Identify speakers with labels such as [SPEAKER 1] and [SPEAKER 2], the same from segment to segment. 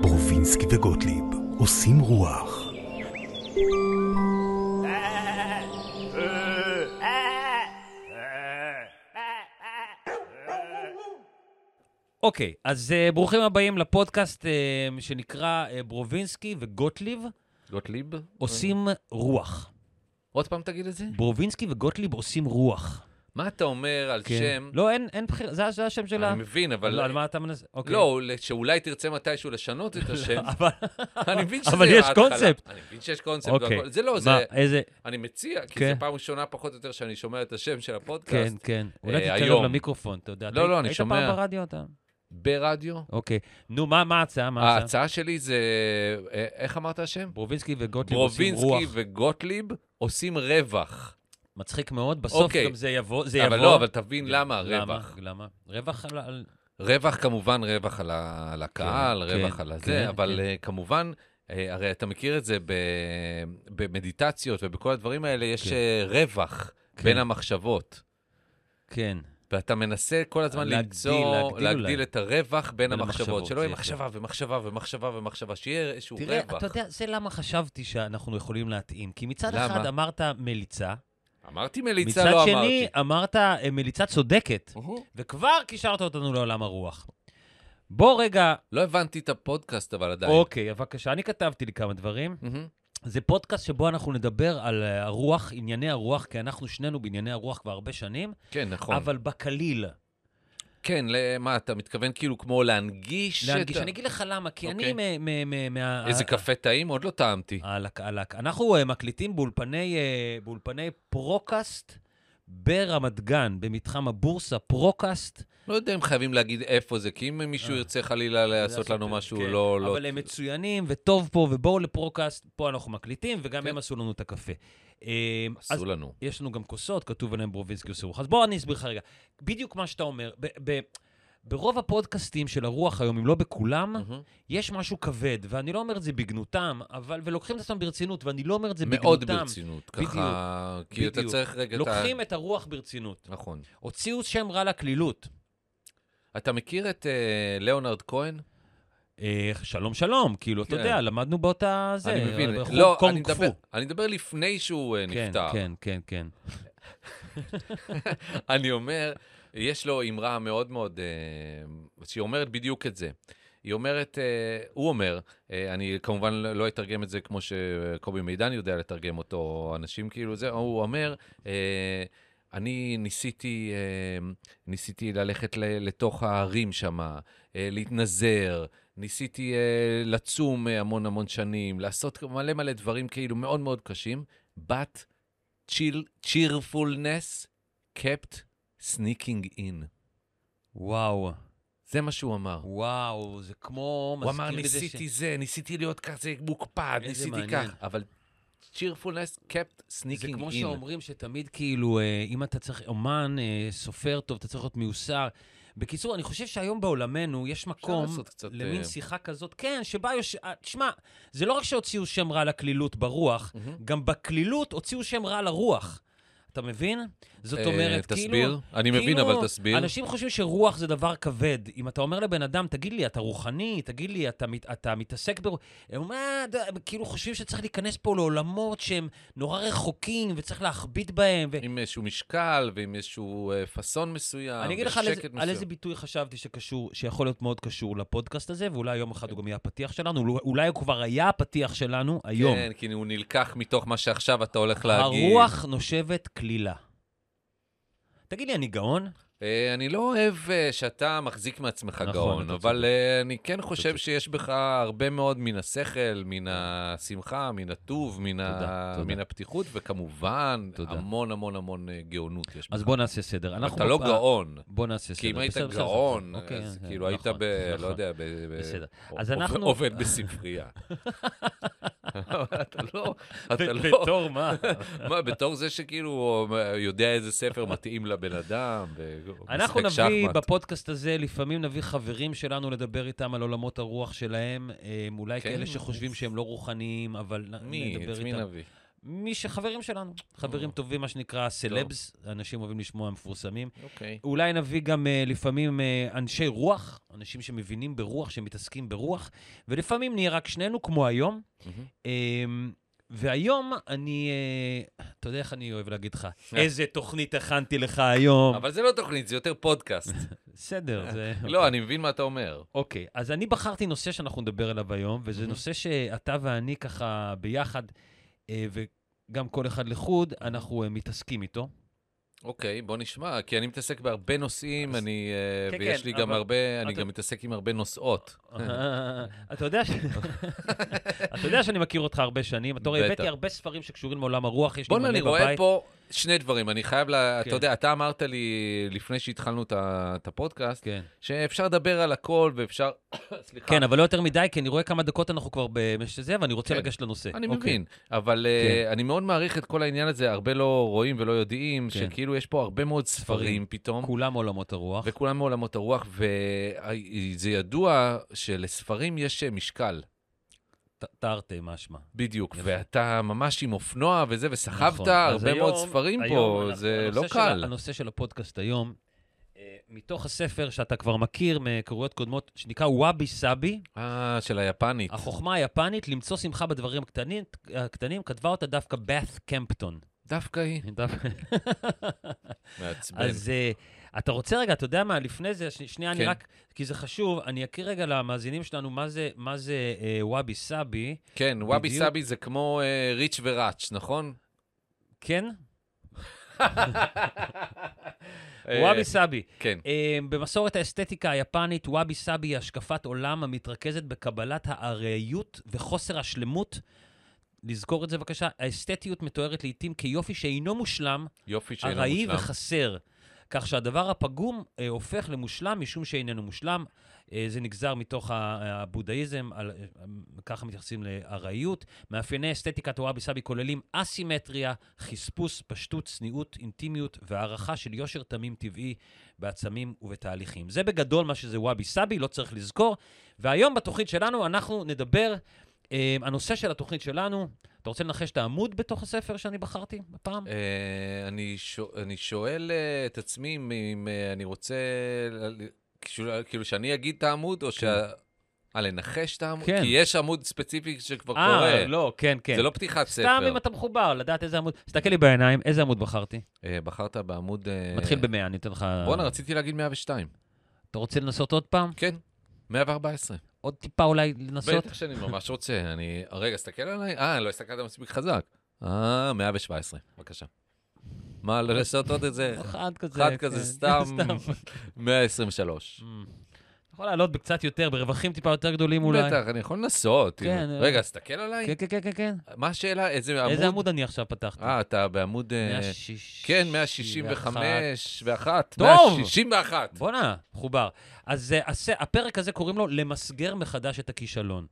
[SPEAKER 1] ברובינסקי וגוטליב עושים רוח.
[SPEAKER 2] אוקיי, אז אה, ברוכים הבאים לפודקאסט אה, שנקרא אה, ברובינסקי וגוטליב
[SPEAKER 3] גוטליב?
[SPEAKER 2] עושים רוח.
[SPEAKER 3] לא עוד פעם תגיד את זה?
[SPEAKER 2] ברובינסקי וגוטליב עושים רוח.
[SPEAKER 3] מה אתה אומר על שם...
[SPEAKER 2] לא, אין, אין בחירה, זה, זה השם שלה.
[SPEAKER 3] אני מבין, אבל...
[SPEAKER 2] לא, על מה אתה מנסה? אוקיי.
[SPEAKER 3] לא, שאולי תרצה מתישהו לשנות את השם.
[SPEAKER 2] אבל...
[SPEAKER 3] אני מבין שזה
[SPEAKER 2] אבל יש
[SPEAKER 3] ההתחלה.
[SPEAKER 2] קונספט.
[SPEAKER 3] אני מבין שיש קונספט.
[SPEAKER 2] אוקיי.
[SPEAKER 3] והכל- זה לא, זה...
[SPEAKER 2] מה, איזה...
[SPEAKER 3] אני מציע, כי
[SPEAKER 2] כן.
[SPEAKER 3] זו פעם ראשונה פחות או יותר שאני שומע את השם של
[SPEAKER 2] כן,
[SPEAKER 3] הפודקאסט.
[SPEAKER 2] כן. אולי
[SPEAKER 3] אה,
[SPEAKER 2] תתקרב
[SPEAKER 3] היום.
[SPEAKER 2] למיקרופון, אתה יודע.
[SPEAKER 3] לא,
[SPEAKER 2] אתה-
[SPEAKER 3] לא, אני שומע.
[SPEAKER 2] היית פעם ברדיו אתה?
[SPEAKER 3] ברדיו.
[SPEAKER 2] אוקיי. נו, מה מה ההצעה? מה ההצעה?
[SPEAKER 3] ההצעה שלי זה... אה, איך אמרת השם?
[SPEAKER 2] ברובינסקי וגוטליב עושים רוח.
[SPEAKER 3] ברובינסקי וגוטליב עושים רווח.
[SPEAKER 2] מצחיק מאוד, בסוף
[SPEAKER 3] אוקיי.
[SPEAKER 2] גם זה יבוא, זה יבוא. כן.
[SPEAKER 3] אבל לא, אבל תבין למה, רווח.
[SPEAKER 2] למה? רווח על... על-
[SPEAKER 3] רווח, כמובן, רווח על ה- על הקהל,
[SPEAKER 2] כן,
[SPEAKER 3] רווח
[SPEAKER 2] כן,
[SPEAKER 3] על
[SPEAKER 2] כן,
[SPEAKER 3] הזה, אבל
[SPEAKER 2] כן.
[SPEAKER 3] אה, כמובן, אה, הרי אתה מכיר את זה ב- במדיטציות ובכל הדברים האלה, יש
[SPEAKER 2] כן.
[SPEAKER 3] אה, רווח
[SPEAKER 2] כן.
[SPEAKER 3] בין המחשבות.
[SPEAKER 2] כן.
[SPEAKER 3] ואתה מנסה כל הזמן
[SPEAKER 2] להגדיל,
[SPEAKER 3] למצוא,
[SPEAKER 2] להגדיל
[SPEAKER 3] להגדיל
[SPEAKER 2] אולי.
[SPEAKER 3] את הרווח בין
[SPEAKER 2] בין
[SPEAKER 3] המחשבות,
[SPEAKER 2] המחשבות,
[SPEAKER 3] שלא יהיה
[SPEAKER 2] זה
[SPEAKER 3] מחשבה ומחשבה ומחשבה ומחשבה, שיהיה איזשהו
[SPEAKER 2] תראה,
[SPEAKER 3] רווח.
[SPEAKER 2] אתה יודע, זה למה חשבתי שאנחנו יכולים להתאים. כי מצד
[SPEAKER 3] למה?
[SPEAKER 2] אחד אמרת מליצה,
[SPEAKER 3] אמרתי מליצה,
[SPEAKER 2] מצד
[SPEAKER 3] לא אמרתי.
[SPEAKER 2] שני אמרת אה, מליצה צודקת, וכבר קישרת אותנו לעולם הרוח. בוא רגע,
[SPEAKER 3] לא הבנתי את הפודקאסט, אבל עדיין.
[SPEAKER 2] אוקיי, בבקשה, אני כתבתי לי כמה דברים.
[SPEAKER 3] מהמם.
[SPEAKER 2] זה פודקאסט שבו אנחנו נדבר על אה, הרוח, ענייני הרוח, כי אנחנו שנינו בענייני הרוח כבר הרבה שנים,
[SPEAKER 3] כן, נכון.
[SPEAKER 2] אבל בקליל.
[SPEAKER 3] כן, למה, אתה מתכוון כאילו כמו להנגיש את
[SPEAKER 2] להנגיש,
[SPEAKER 3] ה-
[SPEAKER 2] אני אגיד אה- לך למה, כי אני
[SPEAKER 3] אוקיי.
[SPEAKER 2] מ- מ- מ- מה...
[SPEAKER 3] איזה קפה טעים? עוד לא טעמתי.
[SPEAKER 2] אהלק, אהלק. אנחנו אה, מקליטים באולפני, אה, באולפני פרוקאסט ברמת גן, במתחם הבורסה, פרוקאסט.
[SPEAKER 3] לא יודע אם חייבים להגיד איפה זה, כי אם
[SPEAKER 2] אה.
[SPEAKER 3] מישהו ירצה חלילה לעשות לנו משהו, לא... לא-
[SPEAKER 2] כן. אבל הם מצוינים וטוב פה, ובואו לפרוקאסט, פה אנחנו מקליטים, וגם
[SPEAKER 3] כן.
[SPEAKER 2] הם עשו לנו את הקפה. אה, אז
[SPEAKER 3] עשו לנו.
[SPEAKER 2] יש לנו גם כוסות, כתוב עליהם ברובינסקי עושה רוח. אז בוא אני אסביר לך רגע. בדיוק מה שאתה אומר, ב- ב- ברוב הפודקאסטים של הרוח היום, אם לא בכולם,
[SPEAKER 3] מהמם.
[SPEAKER 2] יש משהו כבד, ואני לא אומר את זה בגנותם, אבל, ולוקחים את עצמם ברצינות, ואני לא אומר את זה
[SPEAKER 3] מאוד
[SPEAKER 2] בגנותם.
[SPEAKER 3] ברצינות,
[SPEAKER 2] בדיוק,
[SPEAKER 3] ככה... כי אתה
[SPEAKER 2] בדיוק.
[SPEAKER 3] צריך רגע... את ה-
[SPEAKER 2] לוקחים את הרוח ברצינות.
[SPEAKER 3] נכון.
[SPEAKER 2] הוציאו שם רע לקלילות.
[SPEAKER 3] אתה מכיר את אה, ליאונרד כהן?
[SPEAKER 2] אה, שלום שלום, כאילו, אתה
[SPEAKER 3] כן.
[SPEAKER 2] יודע, למדנו באותה זה.
[SPEAKER 3] אני מבין.
[SPEAKER 2] בחור
[SPEAKER 3] לא,
[SPEAKER 2] קונג
[SPEAKER 3] אני
[SPEAKER 2] פו.
[SPEAKER 3] מדבר- אני מדבר לפני שהוא אה,
[SPEAKER 2] כן,
[SPEAKER 3] נפטר.
[SPEAKER 2] כן, כן, כן.
[SPEAKER 3] אני אומר, יש לו אמרה מאוד מאוד, אה, שהיא אומרת בדיוק את זה. היא אומרת, אה, הוא אומר, אה, אני כמובן לא אתרגם את זה כמו שקובי מידן יודע לתרגם אותו, או אנשים כאילו זה, הוא אומר, אה, אני ניסיתי, אה, ניסיתי ללכת ל- לתוך הערים שם, להתנזר, ניסיתי אה, לצום אה, המון המון שנים, לעשות מלא מלא דברים כאילו מאוד מאוד קשים, but chill, cheerfulness kept sneaking in.
[SPEAKER 2] וואו,
[SPEAKER 3] זה מה שהוא אמר.
[SPEAKER 2] וואו, זה כמו...
[SPEAKER 3] הוא אמר,
[SPEAKER 2] מזכיר לי את זה
[SPEAKER 3] ניסיתי זה, ניסיתי להיות כזה מוקפד,
[SPEAKER 2] איזה
[SPEAKER 3] ניסיתי
[SPEAKER 2] מעניין.
[SPEAKER 3] כך, אבל cheerfulness kept
[SPEAKER 2] ש... זה
[SPEAKER 3] sneaking
[SPEAKER 2] כמו
[SPEAKER 3] in.
[SPEAKER 2] שאומרים שתמיד כאילו, אה, אם אתה צריך אומן, אה, סופר טוב, אתה צריך להיות מיוסר. בקיצור, אני חושב שהיום בעולמנו יש מקום
[SPEAKER 3] לעשות קצת,
[SPEAKER 2] למין
[SPEAKER 3] אה,
[SPEAKER 2] שיחה כזאת, כן, שבה יש... אה, תשמע, זה לא רק שהוציאו שם רע לקלילות ברוח,
[SPEAKER 3] מהמם.
[SPEAKER 2] גם בקלילות הוציאו שם רע לרוח. אתה מבין? זאת
[SPEAKER 3] אה,
[SPEAKER 2] אומרת, כאילו...
[SPEAKER 3] תסביר. אני מבין,
[SPEAKER 2] כאילו,
[SPEAKER 3] אבל תסביר.
[SPEAKER 2] אנשים חושבים שרוח זה דבר כבד. אם אתה אומר לבן אדם, תגיד לי, אתה רוחני? תגיד לי, אתה, מת, אתה מתעסק ברוח... הם אומרים, "אה, אתה-" הם כאילו חושבים שצריך להיכנס פה לעולמות שהם נורא רחוקים וצריך להכביד בהם. ו...
[SPEAKER 3] עם איזשהו משקל ועם איזשהו אה, פאסון מסוים,
[SPEAKER 2] אני אגיד לך על איזה,
[SPEAKER 3] ושקט
[SPEAKER 2] על
[SPEAKER 3] מסוים. כן,
[SPEAKER 2] איזה ביטוי חשבתי שקשור, שיכול להיות מאוד קשור לפודקאסט הזה, ואולי יום אחד הוא גם יהיה הפתיח שלנו, אולי הוא כבר היה הפתיח שלנו היום.
[SPEAKER 3] כן, כי הוא נלקח מתוך מה שעכשיו אתה הולך להגיד.
[SPEAKER 2] הרוח נושבת כלילה. תגיד לי, אני גאון?
[SPEAKER 3] אה, אני לא אוהב אה, שאתה מחזיק מעצמך
[SPEAKER 2] נכון,
[SPEAKER 3] גאון,
[SPEAKER 2] אתה
[SPEAKER 3] אבל
[SPEAKER 2] צודק.
[SPEAKER 3] אה, אני כן חושב
[SPEAKER 2] צודק.
[SPEAKER 3] שיש בך הרבה מאוד מן השכל, מן השמחה, מן הטוב, מן ה-
[SPEAKER 2] תודה, תודה.
[SPEAKER 3] מן הפתיחות, וכמובן,
[SPEAKER 2] תודה.
[SPEAKER 3] המון המון המון אה, גאונות יש בך.
[SPEAKER 2] אז בוא נעשה סדר.
[SPEAKER 3] אבל
[SPEAKER 2] אנחנו
[SPEAKER 3] אתה לא
[SPEAKER 2] בפעם-
[SPEAKER 3] גאון.
[SPEAKER 2] בוא נעשה סדר.
[SPEAKER 3] כי אם היית
[SPEAKER 2] בסדר, בסדר,
[SPEAKER 3] גאון,
[SPEAKER 2] בסדר. אוקיי,
[SPEAKER 3] אז
[SPEAKER 2] כן,
[SPEAKER 3] כאילו היית
[SPEAKER 2] נכון,
[SPEAKER 3] ב... לא
[SPEAKER 2] נכון.
[SPEAKER 3] יודע, ב... ב-
[SPEAKER 2] בסדר.
[SPEAKER 3] או-
[SPEAKER 2] אז
[SPEAKER 3] עובד-
[SPEAKER 2] אנחנו-
[SPEAKER 3] עובד בספרייה. אבל אתה לא... אתה לא...
[SPEAKER 2] בתור מה?
[SPEAKER 3] מה, בתור זה שכאילו אה, יודע איזה ספר מתאים לבן אדם, ומשחק
[SPEAKER 2] אנחנו נביא
[SPEAKER 3] שחמט.
[SPEAKER 2] בפודקאסט הזה, לפעמים נביא חברים שלנו לדבר איתם על עולמות הרוח שלהם, אה, אולי
[SPEAKER 3] כן,
[SPEAKER 2] כאלה שחושבים שהם לא רוחניים, אבל נ-
[SPEAKER 3] מי?
[SPEAKER 2] נדבר
[SPEAKER 3] את מי
[SPEAKER 2] איתם.
[SPEAKER 3] נביא?
[SPEAKER 2] מי שחברים שלנו, חברים טובים, מה שנקרא סלבס, אנשים אוהבים לשמוע מפורסמים.
[SPEAKER 3] אוקיי.
[SPEAKER 2] אולי נביא גם אה, לפעמים אה, אנשי רוח, אנשים שמבינים ברוח, שמתעסקים ברוח, ולפעמים נהיה רק שנינו, כמו היום.
[SPEAKER 3] מהמם.
[SPEAKER 2] אמ, והיום אני, אה, אתה יודע איך אני אוהב להגיד לך, איזה תוכנית הכנתי לך היום.
[SPEAKER 3] אה. אבל זה לא תוכנית, זה יותר פודקאסט.
[SPEAKER 2] אוקיי. בסדר, זה...
[SPEAKER 3] לא, אני מבין מה אתה אומר.
[SPEAKER 2] אוקיי, אז אני בחרתי נושא שאנחנו נדבר עליו היום, וזה
[SPEAKER 3] מהמם.
[SPEAKER 2] נושא שאתה ואני ככה ביחד, אה, וגם כל אחד לחוד, אנחנו אה, מתעסקים איתו.
[SPEAKER 3] אוקיי, בוא נשמע, כי אני מתעסק בהרבה נושאים,
[SPEAKER 2] אז-
[SPEAKER 3] אני... אה,
[SPEAKER 2] כן,
[SPEAKER 3] ויש
[SPEAKER 2] כן,
[SPEAKER 3] לי גם
[SPEAKER 2] אבל-
[SPEAKER 3] הרבה, אני
[SPEAKER 2] אתה-
[SPEAKER 3] גם מתעסק עם הרבה נושאות.
[SPEAKER 2] אה, אתה יודע ש- אתה יודע שאני מכיר אותך הרבה שנים, אתה רואה,
[SPEAKER 3] בטח.
[SPEAKER 2] הבאתי הרבה ספרים שקשורים לעולם הרוח, יש לי
[SPEAKER 3] בוא'נה,
[SPEAKER 2] מלא
[SPEAKER 3] אני
[SPEAKER 2] בבית.
[SPEAKER 3] רואה פה שני דברים. אני חייב, לה-
[SPEAKER 2] כן.
[SPEAKER 3] אתה יודע, אתה אמרת לי לפני שהתחלנו את ה- את הפודקאסט,
[SPEAKER 2] כן.
[SPEAKER 3] שאפשר לדבר על הכל ואפשר... סליחה.
[SPEAKER 2] כן, אבל לא יותר מדי, כי אני רואה כמה דקות אנחנו כבר בזה, ואני רוצה
[SPEAKER 3] כן.
[SPEAKER 2] לגשת לנושא.
[SPEAKER 3] אני
[SPEAKER 2] אוקיי. כן.
[SPEAKER 3] מבין, אבל אה, אני מאוד מעריך את כל העניין הזה, הרבה לא רואים ולא יודעים,
[SPEAKER 2] כן.
[SPEAKER 3] שכאילו יש פה הרבה מאוד
[SPEAKER 2] ספרים.
[SPEAKER 3] ספרים פתאום.
[SPEAKER 2] כולם עולמות הרוח.
[SPEAKER 3] וכולם מעולמות הרוח, וזה ידוע שלספרים יש משקל,
[SPEAKER 2] ת- תרתי משמע.
[SPEAKER 3] בדיוק.
[SPEAKER 2] יפה.
[SPEAKER 3] ואתה ממש עם אופנוע וזה, וסחבת
[SPEAKER 2] נכון. אז
[SPEAKER 3] הרבה
[SPEAKER 2] היום-
[SPEAKER 3] מאוד ספרים
[SPEAKER 2] היום
[SPEAKER 3] פה,
[SPEAKER 2] אנחנו-
[SPEAKER 3] זה
[SPEAKER 2] הנושא
[SPEAKER 3] לא
[SPEAKER 2] של
[SPEAKER 3] קל.
[SPEAKER 2] ה- הנושא של הפודקאסט היום, אה, מתוך הספר שאתה כבר מכיר מהיכרויות קודמות, שנקרא וואבי סאבי,
[SPEAKER 3] אה, של היפנית.
[SPEAKER 2] החוכמה היפנית, למצוא שמחה בדברים הקטנים, הקטנים כתבה אותה דווקא בת קמפטון.
[SPEAKER 3] דווקא היא.
[SPEAKER 2] דווקא-
[SPEAKER 3] מעצבן.
[SPEAKER 2] אז אה, אתה רוצה רגע, אתה יודע מה, לפני זה, ש- שנייה, אני
[SPEAKER 3] כן.
[SPEAKER 2] רק, כי זה חשוב, אני אקריא רגע למאזינים שלנו מה זה- מה זה אה, וואבי סאבי,
[SPEAKER 3] כן, וואבי
[SPEAKER 2] בדיוק.
[SPEAKER 3] סאבי זה כמו אה, ריץ' וראץ', נכון?
[SPEAKER 2] כן?
[SPEAKER 3] אה,
[SPEAKER 2] וואבי סאבי.
[SPEAKER 3] כן.
[SPEAKER 2] אה, במסורת האסתטיקה היפנית, וואבי סאבי היא השקפת עולם המתרכזת בקבלת הארעיות וחוסר השלמות. לזכור את זה בבקשה. האסתטיות מתוארת לעיתים כיופי שאינו מושלם,
[SPEAKER 3] יופי שאינו
[SPEAKER 2] ארעי
[SPEAKER 3] מושלם.
[SPEAKER 2] וחסר. כך שהדבר הפגום אה, הופך למושלם משום שאיננו מושלם. אה, זה נגזר מתוך ה- הבודהיזם, על, אה, ככה מתייחסים לארעיות. מאפייני אסתטיקת הוואבי סאבי כוללים אסימטריה, חספוס, פשטות, צניעות, אינטימיות והערכה של יושר תמים טבעי בעצמים ובתהליכים. זה בגדול מה שזה וואבי סאבי, לא צריך לזכור. והיום בתוכנית שלנו אנחנו נדבר, אה, הנושא של התוכנית שלנו, אתה רוצה לנחש את העמוד בתוך הספר שאני בחרתי הפעם?
[SPEAKER 3] אה, אני שו- אני שואל אה, את עצמי אם- אם אה, אני רוצה, ל- כאילו- כאילו שאני אגיד את העמוד, או שה... אה, לנחש את העמוד?
[SPEAKER 2] כן.
[SPEAKER 3] כי יש עמוד ספציפי שכבר קורה.
[SPEAKER 2] אה, לא, כן, כן.
[SPEAKER 3] זה לא פתיחת
[SPEAKER 2] סתם
[SPEAKER 3] ספר.
[SPEAKER 2] אם אתה מחובר, לדעת איזה עמוד. תסתכל לי בעיניים, איזה עמוד בחרתי?
[SPEAKER 3] אה, בחרת בעמוד... אה,
[SPEAKER 2] מתחיל במאה, אני אתן לך...
[SPEAKER 3] בואנה, רציתי להגיד 102.
[SPEAKER 2] אתה רוצה לנסות עוד פעם?
[SPEAKER 3] כן, 114.
[SPEAKER 2] עוד טיפה אולי לנסות?
[SPEAKER 3] בטח שאני ממש רוצה. אני... רגע, סתכל עליי. אה, לא הסתכלת מספיק חזק. אה, 117. בבקשה. מה, לא לעשות עוד איזה
[SPEAKER 2] אחד כזה.
[SPEAKER 3] אחד כזה
[SPEAKER 2] כן.
[SPEAKER 3] סתם. 123.
[SPEAKER 2] Mm. אתה יכול לעלות בקצת יותר, ברווחים טיפה יותר גדולים אולי.
[SPEAKER 3] בטח, אני יכול לנסות.
[SPEAKER 2] כן,
[SPEAKER 3] אם-
[SPEAKER 2] אה.
[SPEAKER 3] רגע, סתכל עליי.
[SPEAKER 2] כן, כן, כן, כן, כן.
[SPEAKER 3] מה השאלה? איזה עמוד?
[SPEAKER 2] איזה עמוד אני עכשיו פתחתי?
[SPEAKER 3] אה, אתה בעמוד... אה,
[SPEAKER 2] 160
[SPEAKER 3] כן, 165 ואחת.
[SPEAKER 2] טוב!
[SPEAKER 3] 161.
[SPEAKER 2] בואנה, מחובר. אז אה, הס- הפרק הזה קוראים לו למסגר מחדש את הכישלון.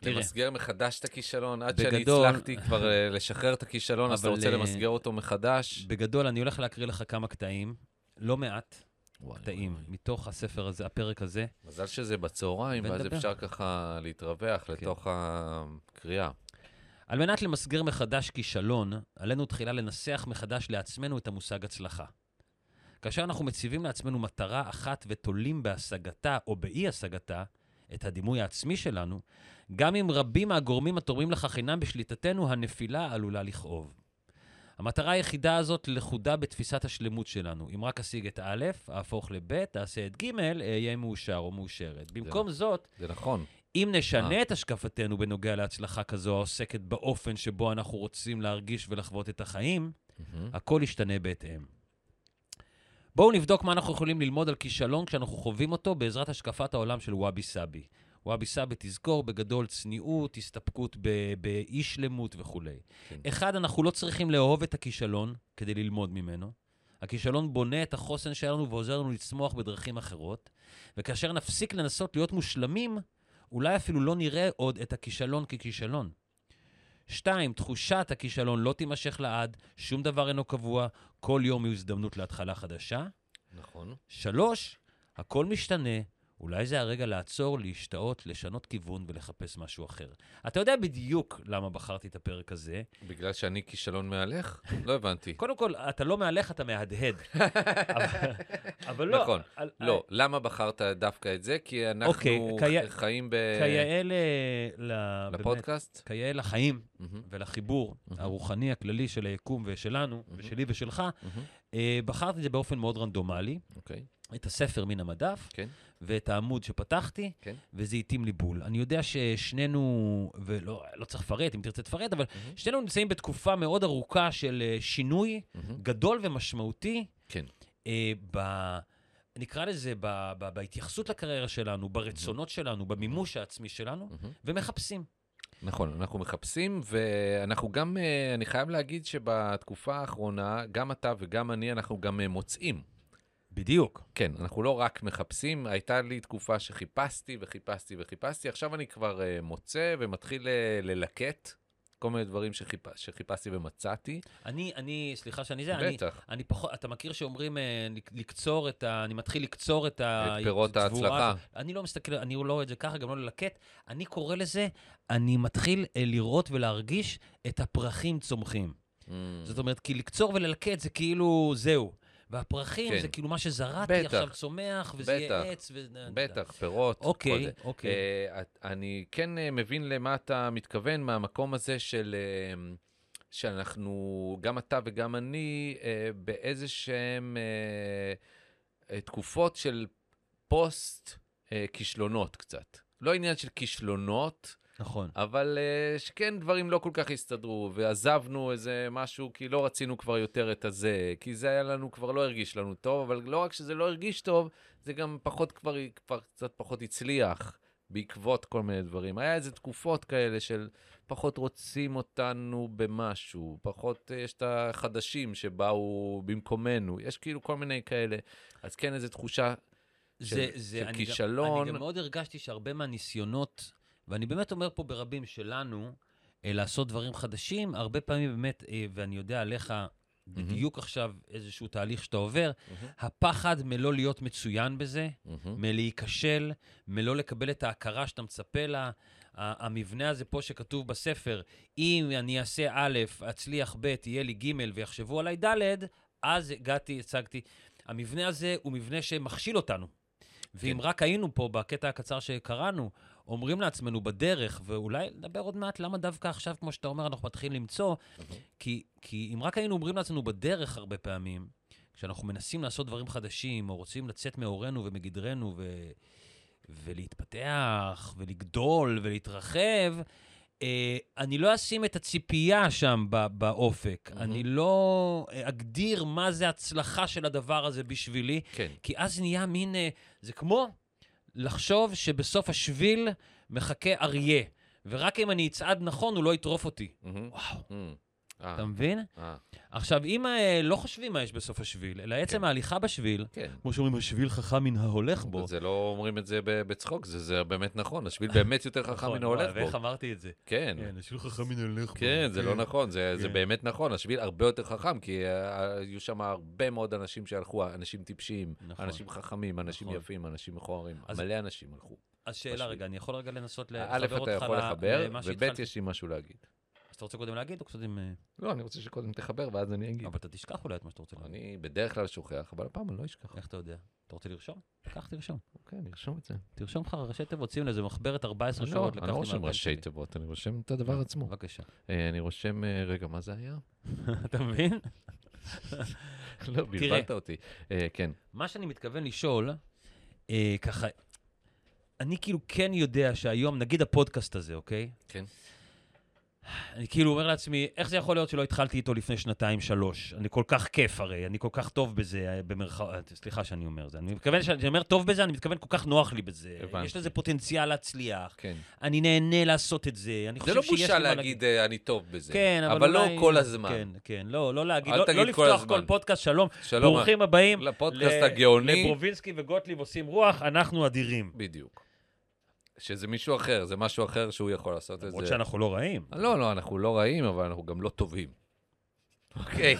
[SPEAKER 2] תראה.
[SPEAKER 3] למסגר מחדש את הכישלון, עד שאני
[SPEAKER 2] בגדול-
[SPEAKER 3] הצלחתי כבר אה, לשחרר את הכישלון, אז אתה
[SPEAKER 2] אבל,
[SPEAKER 3] רוצה
[SPEAKER 2] אה,
[SPEAKER 3] למסגר אותו מחדש?
[SPEAKER 2] בגדול, אני הולך להקריא לך כמה קטעים, לא מעט,
[SPEAKER 3] וואי,
[SPEAKER 2] קטעים
[SPEAKER 3] וואי.
[SPEAKER 2] מתוך הספר הזה, הפרק הזה.
[SPEAKER 3] מזל שזה בצהריים, ואז
[SPEAKER 2] ונדבר.
[SPEAKER 3] אפשר ככה להתרווח
[SPEAKER 2] כן.
[SPEAKER 3] לתוך הקריאה.
[SPEAKER 2] על מנת למסגר מחדש כישלון, עלינו תחילה לנסח מחדש לעצמנו את המושג הצלחה. כאשר אנחנו מציבים לעצמנו מטרה אחת ותולים בהשגתה או באי-השגתה את הדימוי העצמי שלנו, גם אם רבים מהגורמים התורמים לכך אינם בשליטתנו, הנפילה עלולה לכאוב. המטרה היחידה הזאת לכודה בתפיסת השלמות שלנו. אם רק אשיג את א', אהפוך לב', אעשה את ג', אהיה מאושר או מאושרת. במקום זאת,
[SPEAKER 3] זה נכון.
[SPEAKER 2] אם נשנה
[SPEAKER 3] אה.
[SPEAKER 2] את השקפתנו בנוגע להצלחה כזו העוסקת באופן שבו אנחנו רוצים להרגיש ולחוות את החיים,
[SPEAKER 3] מהמם.
[SPEAKER 2] הכל ישתנה בהתאם. בואו נבדוק מה אנחנו יכולים ללמוד על כישלון כשאנחנו חווים אותו בעזרת השקפת העולם של וואבי סאבי. וואבי סאבי, תזכור, בגדול צניעות, הסתפקות ב- באי שלמות וכולי.
[SPEAKER 3] כן.
[SPEAKER 2] אחד, אנחנו לא צריכים לאהוב את הכישלון כדי ללמוד ממנו. הכישלון בונה את החוסן שלנו ועוזר לנו לצמוח בדרכים אחרות. וכאשר נפסיק לנסות להיות מושלמים, אולי אפילו לא נראה עוד את הכישלון ככישלון. שתיים, תחושת הכישלון לא תימשך לעד, שום דבר אינו קבוע, כל יום היא הזדמנות להתחלה חדשה.
[SPEAKER 3] נכון.
[SPEAKER 2] שלוש, הכל משתנה, אולי זה הרגע לעצור, להשתאות, לשנות כיוון ולחפש משהו אחר. אתה יודע בדיוק למה בחרתי את הפרק הזה.
[SPEAKER 3] בגלל שאני כישלון מהלך? לא הבנתי.
[SPEAKER 2] קודם כל, אתה לא מהלך, אתה מהדהד. אבל, אבל לא.
[SPEAKER 3] נכון.
[SPEAKER 2] על-
[SPEAKER 3] לא, למה בחרת דווקא את זה? כי
[SPEAKER 2] אוקיי,
[SPEAKER 3] אנחנו
[SPEAKER 2] כיה-
[SPEAKER 3] חיים ב...
[SPEAKER 2] כיאה ל... ל- באמת,
[SPEAKER 3] אה, לפודקאסט?
[SPEAKER 2] כיאה לחיים
[SPEAKER 3] מהמם,
[SPEAKER 2] ולחיבור
[SPEAKER 3] מהמם.
[SPEAKER 2] הרוחני הכללי של היקום ושלנו, ושלי ושלך,
[SPEAKER 3] מהמם,
[SPEAKER 2] אה, בחרתי את זה באופן מאוד רנדומלי,
[SPEAKER 3] אוקיי,
[SPEAKER 2] את הספר מן המדף
[SPEAKER 3] כן.
[SPEAKER 2] ואת העמוד שפתחתי,
[SPEAKER 3] כן.
[SPEAKER 2] וזה התאים לי בול. אני יודע ששנינו, ולא לא צריך לפרט, אם תרצה תפרט, אבל
[SPEAKER 3] מהמם.
[SPEAKER 2] שנינו נמצאים בתקופה מאוד ארוכה של אה, שינוי
[SPEAKER 3] מהמם.
[SPEAKER 2] גדול ומשמעותי.
[SPEAKER 3] כן.
[SPEAKER 2] אה, ב... נקרא לזה, ב, ב, בהתייחסות לקריירה שלנו, ברצונות שלנו, במימוש העצמי שלנו,
[SPEAKER 3] מהמם.
[SPEAKER 2] ומחפשים.
[SPEAKER 3] נכון, אנחנו מחפשים, ואנחנו גם, אה, אני חייב להגיד שבתקופה האחרונה, גם אתה וגם אני, אנחנו גם אה, מוצאים.
[SPEAKER 2] בדיוק.
[SPEAKER 3] כן, אנחנו לא רק מחפשים, הייתה לי תקופה שחיפשתי וחיפשתי וחיפשתי, עכשיו אני כבר אה, מוצא ומתחיל אה, ללקט כל מיני דברים שחיפ- שחיפשתי ומצאתי.
[SPEAKER 2] אני, אני, סליחה שאני זה, אני,
[SPEAKER 3] בטח.
[SPEAKER 2] אני פחות, אתה מכיר שאומרים אה, לק- לקצור את ה... אני מתחיל לקצור את ה...
[SPEAKER 3] את פירות
[SPEAKER 2] התבואה
[SPEAKER 3] ההצלחה.
[SPEAKER 2] הזאת. אני לא מסתכל, אני לא רואה את זה ככה, גם לא ללקט. אני קורא לזה, אני מתחיל אה, לראות ולהרגיש את הפרחים צומחים.
[SPEAKER 3] Mm.
[SPEAKER 2] זאת אומרת, כי לקצור וללקט זה כאילו, זהו. והפרחים
[SPEAKER 3] כן.
[SPEAKER 2] זה כאילו מה שזרעתי,
[SPEAKER 3] בטח.
[SPEAKER 2] עכשיו צומח, וזה
[SPEAKER 3] בטח.
[SPEAKER 2] יהיה עץ. ו...
[SPEAKER 3] בטח, פירות. כל
[SPEAKER 2] אוקיי,
[SPEAKER 3] זה.
[SPEAKER 2] אוקיי.
[SPEAKER 3] אה, את- אני כן אה, מבין למה אתה מתכוון מהמקום הזה של... אה, שאנחנו, גם אתה וגם אני, אה, באיזה שהם אה, אה, תקופות של פוסט אה, כישלונות קצת. לא עניין של כישלונות,
[SPEAKER 2] נכון.
[SPEAKER 3] אבל אה, שכן דברים לא כל כך הסתדרו, ועזבנו איזה משהו כי לא רצינו כבר יותר את הזה, כי זה היה לנו, כבר לא הרגיש לנו טוב, אבל לא רק שזה לא הרגיש טוב, זה גם פחות כבר, כבר קצת פחות הצליח בעקבות כל מיני דברים. היה איזה תקופות כאלה של פחות רוצים אותנו במשהו, פחות אה, יש את החדשים שבאו במקומנו, יש כאילו כל מיני כאלה. אז כן, איזו תחושה, של-
[SPEAKER 2] זה, זה,
[SPEAKER 3] של
[SPEAKER 2] אני גם,
[SPEAKER 3] כישלון.
[SPEAKER 2] אני גם מאוד הרגשתי שהרבה מהניסיונות, ואני באמת אומר פה ברבים שלנו, אה, לעשות דברים חדשים, הרבה פעמים באמת, אה, ואני יודע עליך
[SPEAKER 3] Mm-hmm.
[SPEAKER 2] בדיוק עכשיו איזשהו תהליך שאתה עובר, הפחד מלא להיות מצוין בזה, מלהיכשל, מלא לקבל את ההכרה שאתה מצפה לה. ה- המבנה הזה פה שכתוב בספר, אם אני אעשה א', אצליח ב', יהיה לי ג', ויחשבו עליי ד', אז הגעתי, הצגתי. המבנה הזה הוא מבנה שמכשיל אותנו. ואם
[SPEAKER 3] כן.
[SPEAKER 2] רק היינו פה, בקטע הקצר שקראנו, אומרים לעצמנו בדרך, ואולי נדבר עוד מעט למה דווקא עכשיו, כמו שאתה אומר, אנחנו מתחילים למצוא, כי, כי אם רק היינו אומרים לעצמנו בדרך הרבה פעמים, כשאנחנו מנסים לעשות דברים חדשים, או רוצים לצאת מעורנו ומגדרנו ו... ולהתפתח, ולגדול, ולהתרחב, אה, אני לא אשים את הציפייה שם ב- באופק.
[SPEAKER 3] מהמם.
[SPEAKER 2] אני לא אה, אגדיר מה זה הצלחה של הדבר הזה בשבילי,
[SPEAKER 3] כן.
[SPEAKER 2] כי אז נהיה מין, אה, זה כמו לחשוב שבסוף השביל מחכה אריה, ורק אם אני אצעד נכון, הוא לא יטרוף אותי.
[SPEAKER 3] מהמם.
[SPEAKER 2] וואו,
[SPEAKER 3] מהמם. אה,
[SPEAKER 2] אתה מבין?
[SPEAKER 3] אה,
[SPEAKER 2] עכשיו, אם אה, לא חושבים מה יש בסוף השביל, אלא עצם
[SPEAKER 3] כן.
[SPEAKER 2] ההליכה בשביל,
[SPEAKER 3] כן.
[SPEAKER 2] כמו שאומרים, השביל חכם מן ההולך בו.
[SPEAKER 3] זה לא אומרים את זה ב- בצחוק, זה, זה באמת נכון, השביל באמת יותר חכם מן ההולך
[SPEAKER 2] נכון, ואיך
[SPEAKER 3] בו.
[SPEAKER 2] אמרתי את זה?
[SPEAKER 3] כן,
[SPEAKER 2] השביל חכם מן ההולך בו.
[SPEAKER 3] כן, זה לא נכון, זה, זה
[SPEAKER 2] כן.
[SPEAKER 3] באמת נכון, השביל הרבה יותר חכם, כי אה, היו שם הרבה מאוד אנשים שהלכו, אנשים טיפשים,
[SPEAKER 2] נכון.
[SPEAKER 3] אנשים חכמים, אנשים
[SPEAKER 2] נכון.
[SPEAKER 3] יפים, אנשים מכוערים,
[SPEAKER 2] אז-
[SPEAKER 3] מלא אנשים הלכו.
[SPEAKER 2] אז שאלה
[SPEAKER 3] בשביל.
[SPEAKER 2] רגע, אני יכול רגע לנסות
[SPEAKER 3] א',
[SPEAKER 2] לחבר אותך
[SPEAKER 3] אתה יכול
[SPEAKER 2] ל-
[SPEAKER 3] לחבר,
[SPEAKER 2] למה
[SPEAKER 3] וב',
[SPEAKER 2] שהתחלתי?
[SPEAKER 3] יש לי משהו להגיד.
[SPEAKER 2] אז אתה רוצה קודם להגיד או קודם... אה,
[SPEAKER 3] לא, אני רוצה שקודם תחבר ואז אני אגיד.
[SPEAKER 2] אבל אתה תשכח אולי את מה שאתה רוצה להגיד.
[SPEAKER 3] אוקיי, אני בדרך כלל שוכח, אבל הפעם אני לא אשכח.
[SPEAKER 2] איך אתה יודע? אתה רוצה לרשום? קח, תרשום.
[SPEAKER 3] אוקיי, אני ארשום את זה.
[SPEAKER 2] תרשום לך ראשי תיבות, שים לזה מחברת 14
[SPEAKER 3] אני לא-
[SPEAKER 2] שורות,
[SPEAKER 3] אני
[SPEAKER 2] לקחתי
[SPEAKER 3] לא רושם
[SPEAKER 2] מהבן
[SPEAKER 3] ראשי
[SPEAKER 2] שלי.
[SPEAKER 3] תיבות, אני רושם את הדבר עצמו.
[SPEAKER 2] בבקשה.
[SPEAKER 3] אה, אני רושם, אה, רגע, מה זה היה?
[SPEAKER 2] אתה מבין?
[SPEAKER 3] לא, בלבלת אותי. אה, כן.
[SPEAKER 2] מה שאני מתכוון לשאול, אה, ככה, אני כאילו כן יודע שהיום, נגיד הפודקאסט הזה, אוקיי?
[SPEAKER 3] כן.
[SPEAKER 2] אני כאילו אומר לעצמי, איך זה יכול להיות שלא התחלתי איתו לפני שנתיים-שלוש? אני כל כך כיף הרי, אני כל כך טוב בזה, אה, במרכאות, אה, סליחה שאני אומר זה. אני מתכוון, כשאני אומר טוב בזה, אני מתכוון כל כך נוח לי בזה.
[SPEAKER 3] הבנתי.
[SPEAKER 2] יש לזה פוטנציאל להצליח.
[SPEAKER 3] כן.
[SPEAKER 2] אני נהנה לעשות את זה, אני
[SPEAKER 3] זה
[SPEAKER 2] חושב
[SPEAKER 3] לא
[SPEAKER 2] שיש לי מה
[SPEAKER 3] בושה
[SPEAKER 2] להגיד.
[SPEAKER 3] להגיד, אה, אני טוב בזה.
[SPEAKER 2] כן, אבל,
[SPEAKER 3] אבל לא
[SPEAKER 2] אולי-
[SPEAKER 3] כל הזמן.
[SPEAKER 2] כן, כן, לא, לא להגיד,
[SPEAKER 3] אל
[SPEAKER 2] לא,
[SPEAKER 3] תגיד
[SPEAKER 2] לא
[SPEAKER 3] כל
[SPEAKER 2] לפתוח כל
[SPEAKER 3] הזמן. לא
[SPEAKER 2] פודקאסט, שלום,
[SPEAKER 3] שלום,
[SPEAKER 2] ברוכים הבאים.
[SPEAKER 3] לפודקאסט
[SPEAKER 2] ל-
[SPEAKER 3] הגאוני.
[SPEAKER 2] לברובינסקי וגוטליב עושים רוח, אנחנו אדירים.
[SPEAKER 3] בדיוק. שזה מישהו אחר, זה משהו אחר שהוא יכול לעשות את זה.
[SPEAKER 2] למרות שאנחנו לא רעים.
[SPEAKER 3] לא, לא, אנחנו לא רעים, אבל אנחנו גם לא טובים. אוקיי,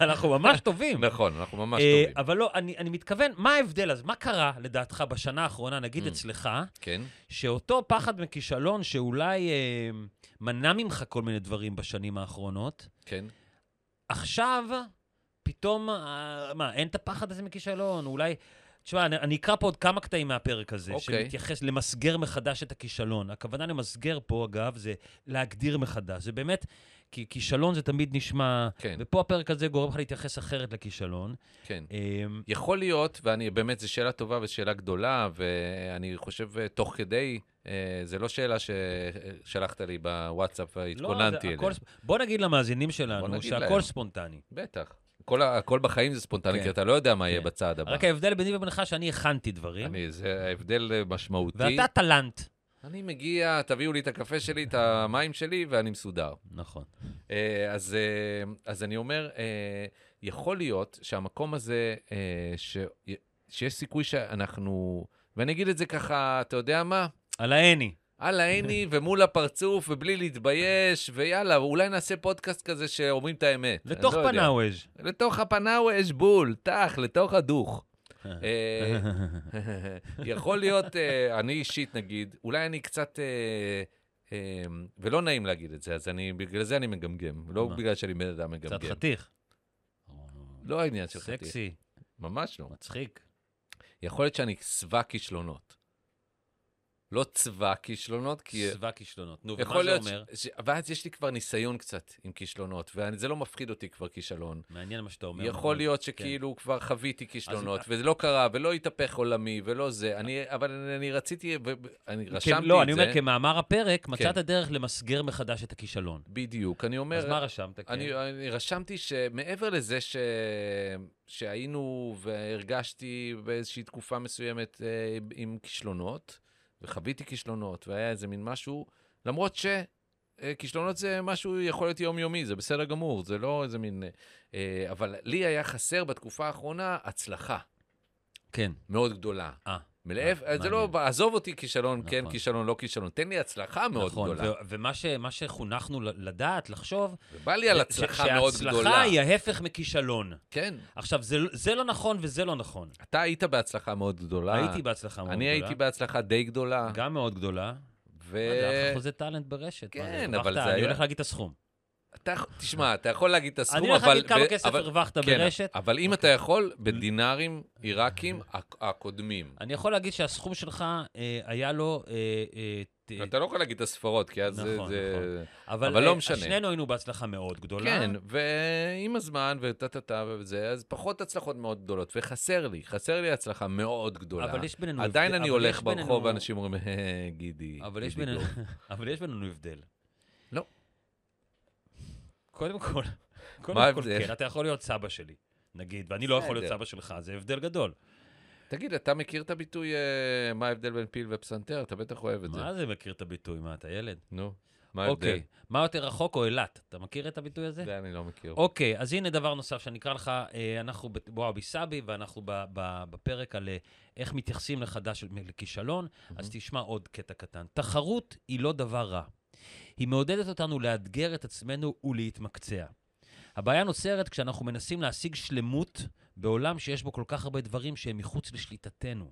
[SPEAKER 2] אנחנו ממש טובים.
[SPEAKER 3] נכון, אנחנו ממש
[SPEAKER 2] אה,
[SPEAKER 3] טובים.
[SPEAKER 2] אבל לא, אני, אני מתכוון, מה ההבדל אז? מה קרה, לדעתך, בשנה האחרונה,
[SPEAKER 3] Mm.
[SPEAKER 2] נגיד אצלך,
[SPEAKER 3] כן.
[SPEAKER 2] שאותו פחד מכישלון שאולי אה, מנע ממך כל מיני דברים בשנים האחרונות,
[SPEAKER 3] כן.
[SPEAKER 2] עכשיו פתאום, אה, מה, אין את הפחד הזה מכישלון? אולי... תשמע, אני, אני אקרא פה עוד כמה קטעים מהפרק הזה,
[SPEAKER 3] אוקיי.
[SPEAKER 2] שמתייחס למסגר מחדש את הכישלון. הכוונה למסגר פה, אגב, זה להגדיר מחדש. זה באמת, כי כישלון זה תמיד נשמע...
[SPEAKER 3] כן.
[SPEAKER 2] ופה הפרק הזה גורם לך להתייחס אחרת לכישלון.
[SPEAKER 3] כן.
[SPEAKER 2] אמ,
[SPEAKER 3] יכול להיות, ואני באמת, זו שאלה טובה ושאלה גדולה, ואני חושב אה, תוך כדי, אה, זה לא שאלה ששלחת לי בוואטסאפ,
[SPEAKER 2] זה
[SPEAKER 3] התכוננתי אליה.
[SPEAKER 2] לא, הכל, ספ- בוא נגיד למאזינים
[SPEAKER 3] בוא
[SPEAKER 2] שלנו
[SPEAKER 3] נגיד
[SPEAKER 2] שהכל
[SPEAKER 3] להם.
[SPEAKER 2] ספונטני.
[SPEAKER 3] בטח. כל ה- הכל בחיים זה ספונטני,
[SPEAKER 2] כן.
[SPEAKER 3] כי אתה לא יודע מה יהיה
[SPEAKER 2] כן.
[SPEAKER 3] בצעד הבא.
[SPEAKER 2] רק ההבדל ביני ובינך שאני הכנתי דברים,
[SPEAKER 3] אני, זה ההבדל אה, משמעותי.
[SPEAKER 2] ואתה טלנט.
[SPEAKER 3] אני מגיע, תביאו לי את הקפה שלי, את המים שלי, ואני מסודר.
[SPEAKER 2] נכון.
[SPEAKER 3] אה, אז, אה, אז אני אומר, אה, יכול להיות שהמקום הזה, אה, ש, שיש סיכוי שאנחנו, ואני אגיד את זה ככה, אתה יודע מה?
[SPEAKER 2] על העני.
[SPEAKER 3] על העיני ומול הפרצוף ובלי להתבייש, ויאללה, אולי נעשה פודקאסט כזה שאומרים את האמת. אני
[SPEAKER 2] לתוך
[SPEAKER 3] לא יודע.
[SPEAKER 2] פנאווז'.
[SPEAKER 3] לתוך הפנאוו אש בול, טח, לתוך הדוך. אה, יכול להיות, אה, אני אישית נגיד, אולי אני קצת, אה, אה, ולא נעים להגיד את זה, אז אני, בגלל זה אני מגמגם, לא
[SPEAKER 2] מה?
[SPEAKER 3] בגלל שאני בן אדם
[SPEAKER 2] קצת
[SPEAKER 3] מגמגם.
[SPEAKER 2] חתיך.
[SPEAKER 3] כן.
[SPEAKER 2] אה,
[SPEAKER 3] לא העניין של חתיך,
[SPEAKER 2] סקסי,
[SPEAKER 3] ממש לא.
[SPEAKER 2] מצחיק.
[SPEAKER 3] יכול להיות שאני שבע כישלונות. לא צבע כישלונות, כי...
[SPEAKER 2] שבע כישלונות. נו,
[SPEAKER 3] יכול
[SPEAKER 2] ומה זה
[SPEAKER 3] להיות,
[SPEAKER 2] אומר?
[SPEAKER 3] ש... ש... ואז יש לי כבר ניסיון קצת עם כישלונות, וזה לא מפחיד אותי כבר כישלון.
[SPEAKER 2] מעניין מה שאתה אומר.
[SPEAKER 3] יכול להיות
[SPEAKER 2] כן.
[SPEAKER 3] שכאילו כבר חוויתי כישלונות,
[SPEAKER 2] אז-
[SPEAKER 3] וזה לא קרה, ולא התהפך עולמי, ולא זה. אני, אבל אני רציתי, ו- אני
[SPEAKER 2] כ-
[SPEAKER 3] רשמתי
[SPEAKER 2] לא,
[SPEAKER 3] את
[SPEAKER 2] אני
[SPEAKER 3] זה.
[SPEAKER 2] אומר, כמאמר הפרק, מצאת דרך למסגר מחדש את הכישלון.
[SPEAKER 3] בדיוק, אני אומר...
[SPEAKER 2] אז מה רשמת? כן?
[SPEAKER 3] אני, אני רשמתי שמעבר לזה ש... שהיינו והרגשתי באיזושהי תקופה מסוימת אה, עם כישלונות, וחוויתי כישלונות, והיה איזה מין משהו, למרות ש... אה, כישלונות זה משהו יכול להיות יומיומי, זה בסדר גמור, זה לא איזה מין... אה, אה, אבל לי היה חסר בתקופה האחרונה הצלחה
[SPEAKER 2] כן.
[SPEAKER 3] מאוד גדולה.
[SPEAKER 2] אה.
[SPEAKER 3] מלאף,
[SPEAKER 2] אה,
[SPEAKER 3] זה לא,
[SPEAKER 2] מעניין.
[SPEAKER 3] עזוב אותי כישלון, כן,
[SPEAKER 2] נכון.
[SPEAKER 3] כישלון, לא כישלון, תן לי הצלחה מאוד
[SPEAKER 2] נכון,
[SPEAKER 3] גדולה.
[SPEAKER 2] ו- ומה ש- מה שחונכנו ל- לדעת, לחשוב,
[SPEAKER 3] ובא לי על
[SPEAKER 2] ש-
[SPEAKER 3] הצלחה מאוד
[SPEAKER 2] שההצלחה
[SPEAKER 3] גדולה.
[SPEAKER 2] היא ההפך מכישלון.
[SPEAKER 3] כן,
[SPEAKER 2] עכשיו, זה- זה לא נכון וזה לא נכון.
[SPEAKER 3] אתה היית בהצלחה מאוד גדולה.
[SPEAKER 2] הייתי בהצלחה מאוד
[SPEAKER 3] אני
[SPEAKER 2] גדולה.
[SPEAKER 3] הייתי בהצלחה די גדולה.
[SPEAKER 2] גם מאוד גדולה.
[SPEAKER 3] ו...
[SPEAKER 2] מה זה, היה לך חוזה טאלנט ברשת. מה
[SPEAKER 3] כן,
[SPEAKER 2] הרווחת?
[SPEAKER 3] אבל זה
[SPEAKER 2] אני
[SPEAKER 3] היה-
[SPEAKER 2] הולך להגיד את הסכום.
[SPEAKER 3] אתה, תשמע, אתה יכול להגיד את הסכום,
[SPEAKER 2] אני
[SPEAKER 3] אבל...
[SPEAKER 2] הולך להגיד כמה
[SPEAKER 3] ו-
[SPEAKER 2] כסף
[SPEAKER 3] אבל-
[SPEAKER 2] הרווחת
[SPEAKER 3] כן,
[SPEAKER 2] ברשת. אוקיי.
[SPEAKER 3] אבל אם אתה יכול, בדינרים עיראקים הק- הקודמים.
[SPEAKER 2] אני יכול להגיד שהסכום שלך אה, היה לו... אה, אה, ת-
[SPEAKER 3] אתה לא יכול להגיד את הספרות, כי אז זה...
[SPEAKER 2] נכון,
[SPEAKER 3] זה-
[SPEAKER 2] אבל
[SPEAKER 3] אבל לא
[SPEAKER 2] אה,
[SPEAKER 3] משנה.
[SPEAKER 2] שנינו היינו בהצלחה מאוד גדולה.
[SPEAKER 3] כן, ועם הזמן, וטה-טה-טה וזה, אז פחות הצלחות מאוד גדולות, וחסר לי, חסר לי הצלחה מאוד גדולה.
[SPEAKER 2] אבל יש בינינו
[SPEAKER 3] עדיין
[SPEAKER 2] הבדל-
[SPEAKER 3] אני
[SPEAKER 2] אבל
[SPEAKER 3] הולך
[SPEAKER 2] יש בינינו-
[SPEAKER 3] ברחוב, ואנשים אומרים, "אה, גידי,
[SPEAKER 2] אבל יש
[SPEAKER 3] גידי
[SPEAKER 2] בינינו-
[SPEAKER 3] גוב."
[SPEAKER 2] אבל יש בינינו הבדל.
[SPEAKER 3] לא.
[SPEAKER 2] קודם כל,
[SPEAKER 3] מה
[SPEAKER 2] קודם כל,
[SPEAKER 3] ההבדל?
[SPEAKER 2] כן, אתה יכול להיות סבא שלי, נגיד, ואני לא יכול להיות
[SPEAKER 3] בסדר.
[SPEAKER 2] סבא שלך, זה הבדל גדול.
[SPEAKER 3] תגיד, אתה מכיר את הביטוי אה, מה ההבדל בין פיל ופסנתר? אתה בטח אוהב את זה.
[SPEAKER 2] מה זה מכיר את הביטוי? מה, אתה ילד?
[SPEAKER 3] נו, מה ההבדל?
[SPEAKER 2] אוקיי, מה יותר רחוק או אילת? אתה מכיר את הביטוי הזה?
[SPEAKER 3] זה אני לא מכיר.
[SPEAKER 2] אוקיי, אז הנה דבר נוסף שאני אקרא לך, אה, אנחנו ב- בוואבי סאבי, ואנחנו ב- ב- בפרק על אה, איך מתייחסים לחדש לכישלון,
[SPEAKER 3] Mm-hmm.
[SPEAKER 2] אז תשמע עוד קטע קטן. תחרות היא לא דבר רע. היא מעודדת אותנו לאתגר את עצמנו ולהתמקצע. הבעיה נוצרת כשאנחנו מנסים להשיג שלמות בעולם שיש בו כל כך הרבה דברים שהם מחוץ לשליטתנו.